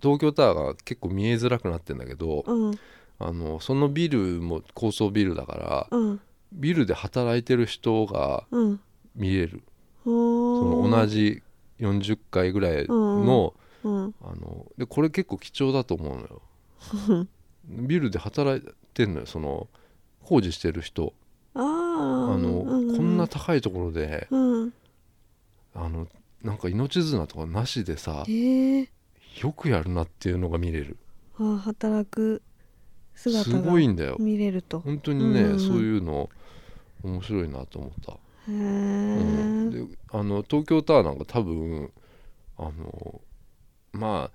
S1: 東京タワーが結構見えづらくなってんだけど、
S2: うん
S1: あのそのビルも高層ビルだから
S2: うん
S1: ビルで働いてる人が
S2: うん
S1: 見れるそ
S2: そ
S1: の同じ40階ぐらいの,、
S2: うん
S1: あのでこれ結構貴重だと思うのよ
S2: うん
S1: ビルで働いてんのよその工事してる人
S2: あ
S1: あ
S2: あ
S1: の、こんな高いところで
S2: うん
S1: あのなんか命綱とかなしでさ
S2: へえ
S1: よくやるなっていうのが見れる
S2: あ働く
S1: す
S2: 姿
S1: ごい
S2: が
S1: んだよ
S2: 見れると
S1: 本当にね、
S2: うんうんうん
S1: そういうの面白いなと思った
S2: へ
S1: うん
S2: え
S1: であの東京タワーなんか多分あのまあ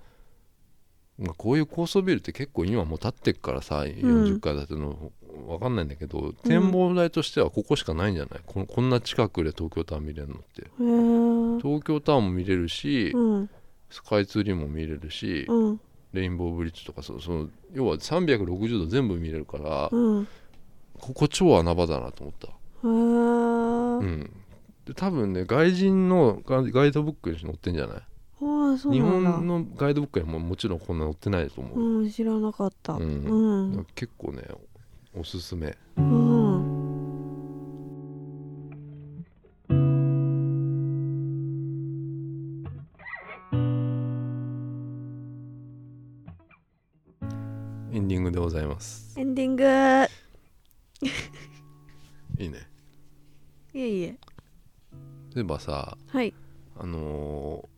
S1: まあこういう高層ビルって結構今もう建ってっからさ、40階建ての分かんないんだけど展望台としてはここしかないんじゃない、このこんな近くで東京タワー見れるのって
S2: へえ
S1: 東京タワーも見れるし、
S2: うん
S1: スカイツリーも見れるし、
S2: うん
S1: レインボーブリッジとかそうその要は360度全部見れるから、
S2: うんへ
S1: ここ超穴場だなと思った、
S2: え
S1: う
S2: あ
S1: ん、で多分ね外人のガガイドブックに載ってんじゃない
S2: あそう
S1: 日
S2: なんだ
S1: 本のガイドブックにももちろんこんな載ってないと思う、
S2: うん知らなかった
S1: う
S2: うんん
S1: だから結構ねおすすめ
S2: うん
S1: エンディングでございます
S2: エンディング
S1: いいね
S2: いえいえ
S1: 例えばさ
S2: はい
S1: あのー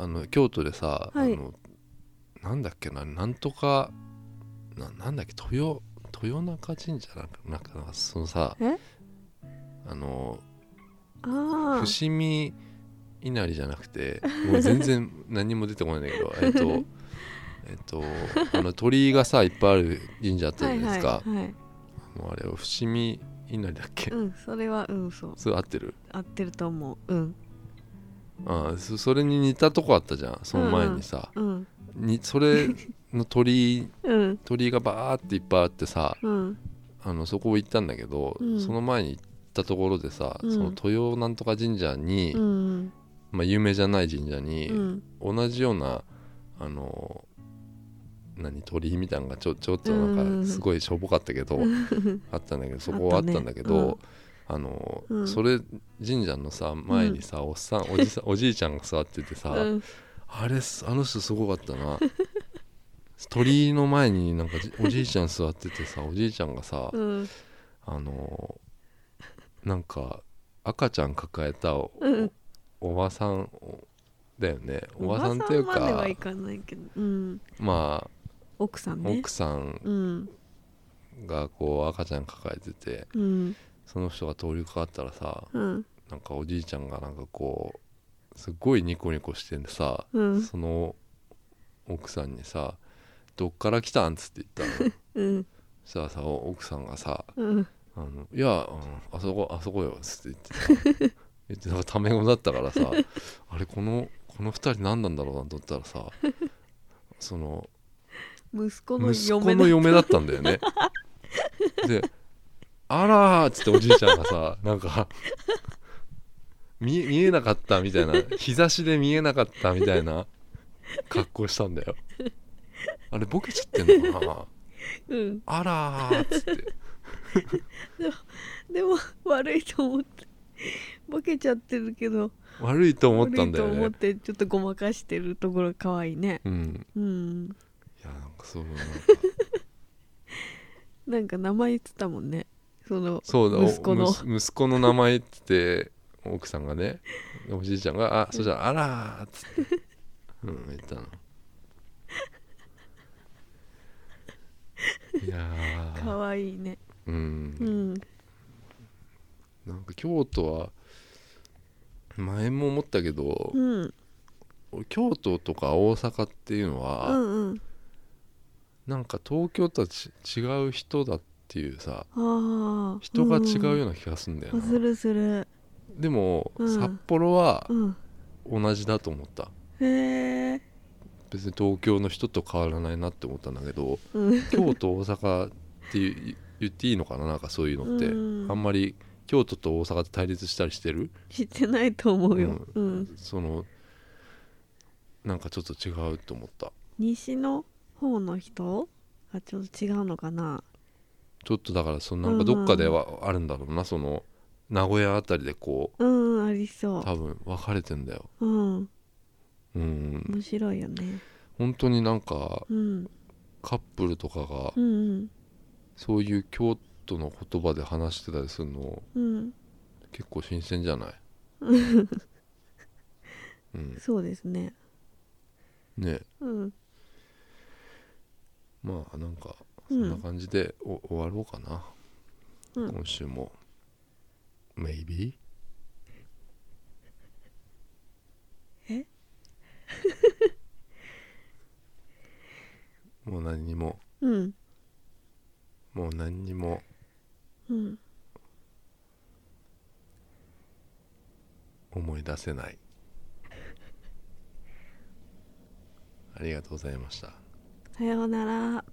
S1: あの京都でさ、
S2: はい
S1: あのなんだっけななんとかななんだっけ豊豊中神社なんかなんかなんかそのさ
S2: え
S1: あの
S2: ああ
S1: 伏見稲荷じゃなくてもう全然何も出てこないんだ
S2: *laughs*
S1: けどえっとえっとあの鳥居がさいっぱいある神社あったじゃない
S2: はい
S1: で
S2: は
S1: す
S2: い
S1: か、
S2: はい
S1: あのあれは伏見稲荷だっけ、
S2: うんそれはうんそう
S1: それ合ってる
S2: 合ってると思ううん
S1: ああそそれに似たとこあったじゃんその前にさ、
S2: うん
S1: にそれの鳥 *laughs* 居
S2: うん
S1: 鳥居がバーっていっぱいあってさ
S2: うん
S1: あのそこ行ったんだけど、
S2: うん
S1: その前に行ったところでさ、
S2: うん
S1: その豊なんとか神社に、
S2: うん
S1: まあ、有名じゃない神社に、
S2: うん
S1: 同じようなあの何鳥居みたいなのがちょちょっとなん
S2: うん
S1: かすごいしょぼかったけ
S2: *laughs*
S1: ど、あったんだけどそこはあ
S2: あ
S1: っ
S2: ったね
S1: たんだけどあ,、の、
S2: うん
S1: それ神社のさ前にさおっさんおじさんおじいちゃんが座っててさ、
S2: うん
S1: あれすあの人すごかったな *laughs* 鳥居の前になんかじおじいちゃん座っててさおじいちゃんがさ、
S2: うん
S1: あのなんか赤ちゃん抱えたお,、
S2: うん
S1: おばさんおだよねお
S2: お
S1: ば
S2: ば
S1: さ
S2: さ
S1: ん
S2: ん
S1: っていう
S2: まで
S1: か
S2: はいかないけどうん
S1: まあ
S2: 奥さんね
S1: 奥さん
S2: うん
S1: がこう赤ちゃん抱えてて
S2: うん
S1: その人が通りかかったらさ
S2: うん
S1: なんかおじいちゃんがなんかこうすっごいニコニコしてんでさ、
S2: うん
S1: その奥さんにさ「どっから来たん?」っつって言ったの
S2: うん
S1: そしたらさ奥さんがさ
S2: うん
S1: 「あのいや、うんあそこあそこよ」っつって言ってさ *laughs* 言ってなんかタメ語だったから *laughs* さあれこのこの二人何なんだろうなと思ったらさその
S2: 息子の
S1: 息
S2: 嫁
S1: 子の
S2: の
S1: 嫁だったんだよねで「あら」っつっておじいちゃんがさなんか見え見えなかったみたいな日差しで見えなかったみたいな格好したんだよあれボケちゃってんのかな
S2: うん
S1: あらーっつって
S2: でも悪いと思ってボケちゃってるけど
S1: 悪いと思ったんだよ
S2: 悪いと思っ
S1: ね
S2: てちょっとごまかしてるところ可愛いね
S1: うん
S2: うん
S1: いやなんかそうなんか
S2: なんか名前言ってたもんねその
S1: そうだお
S2: 息子の
S1: む *laughs* 息子の名前言ってて奥さんがねおじいちゃんが「あそしたらあら」っつってうん言 *laughs* ったのいやー
S2: 可愛いね
S1: うん、
S2: うん
S1: なんか京都は前も思ったけど
S2: う、ん
S1: 俺京都とか大阪っていうの
S2: う
S1: は、
S2: んうん
S1: なんか東京とはち違う人だっていうさ
S2: ああ
S1: 人が違うよ
S2: う
S1: うな気がするんだよ
S2: ん
S1: な、
S2: するする
S1: でも、
S2: うん
S1: 札幌は
S2: うん
S1: 同じだと思った
S2: へえ
S1: 別に東京の人と変わらないなって思ったんだけど
S2: うん
S1: 京都大阪って言 *laughs* 言っていいのかななんかそういうのって、
S2: うん
S1: あんまり京都と大阪って対立したりしてる、
S2: 知ってないと思うよ
S1: う
S2: うんん
S1: そのなんかちょっと違うと思った
S2: 西の方の人あちょっと違うのかな
S1: ちょっとだからそのなんかどっかではあるんだろうなその名古屋あたりでこ
S2: うんうんあり
S1: う
S2: そ
S1: 多分分かれてんだよ
S2: ううん
S1: うん
S2: 面白いよね
S1: 本当になんか
S2: うん
S1: カップルとかが
S2: うんうん
S1: そういう京都の言葉で話してたりするの
S2: うん
S1: 結構新鮮じゃないうん
S2: そうですね
S1: ね
S2: うん
S1: まあなんかそ
S2: うんん
S1: な感じでお終わろうかな、
S2: うん
S1: 今週も Maybe?
S2: え
S1: *laughs* もう何にも
S2: うん
S1: もう何にも
S2: うん
S1: 思い出せないありがとうございました
S2: さようなら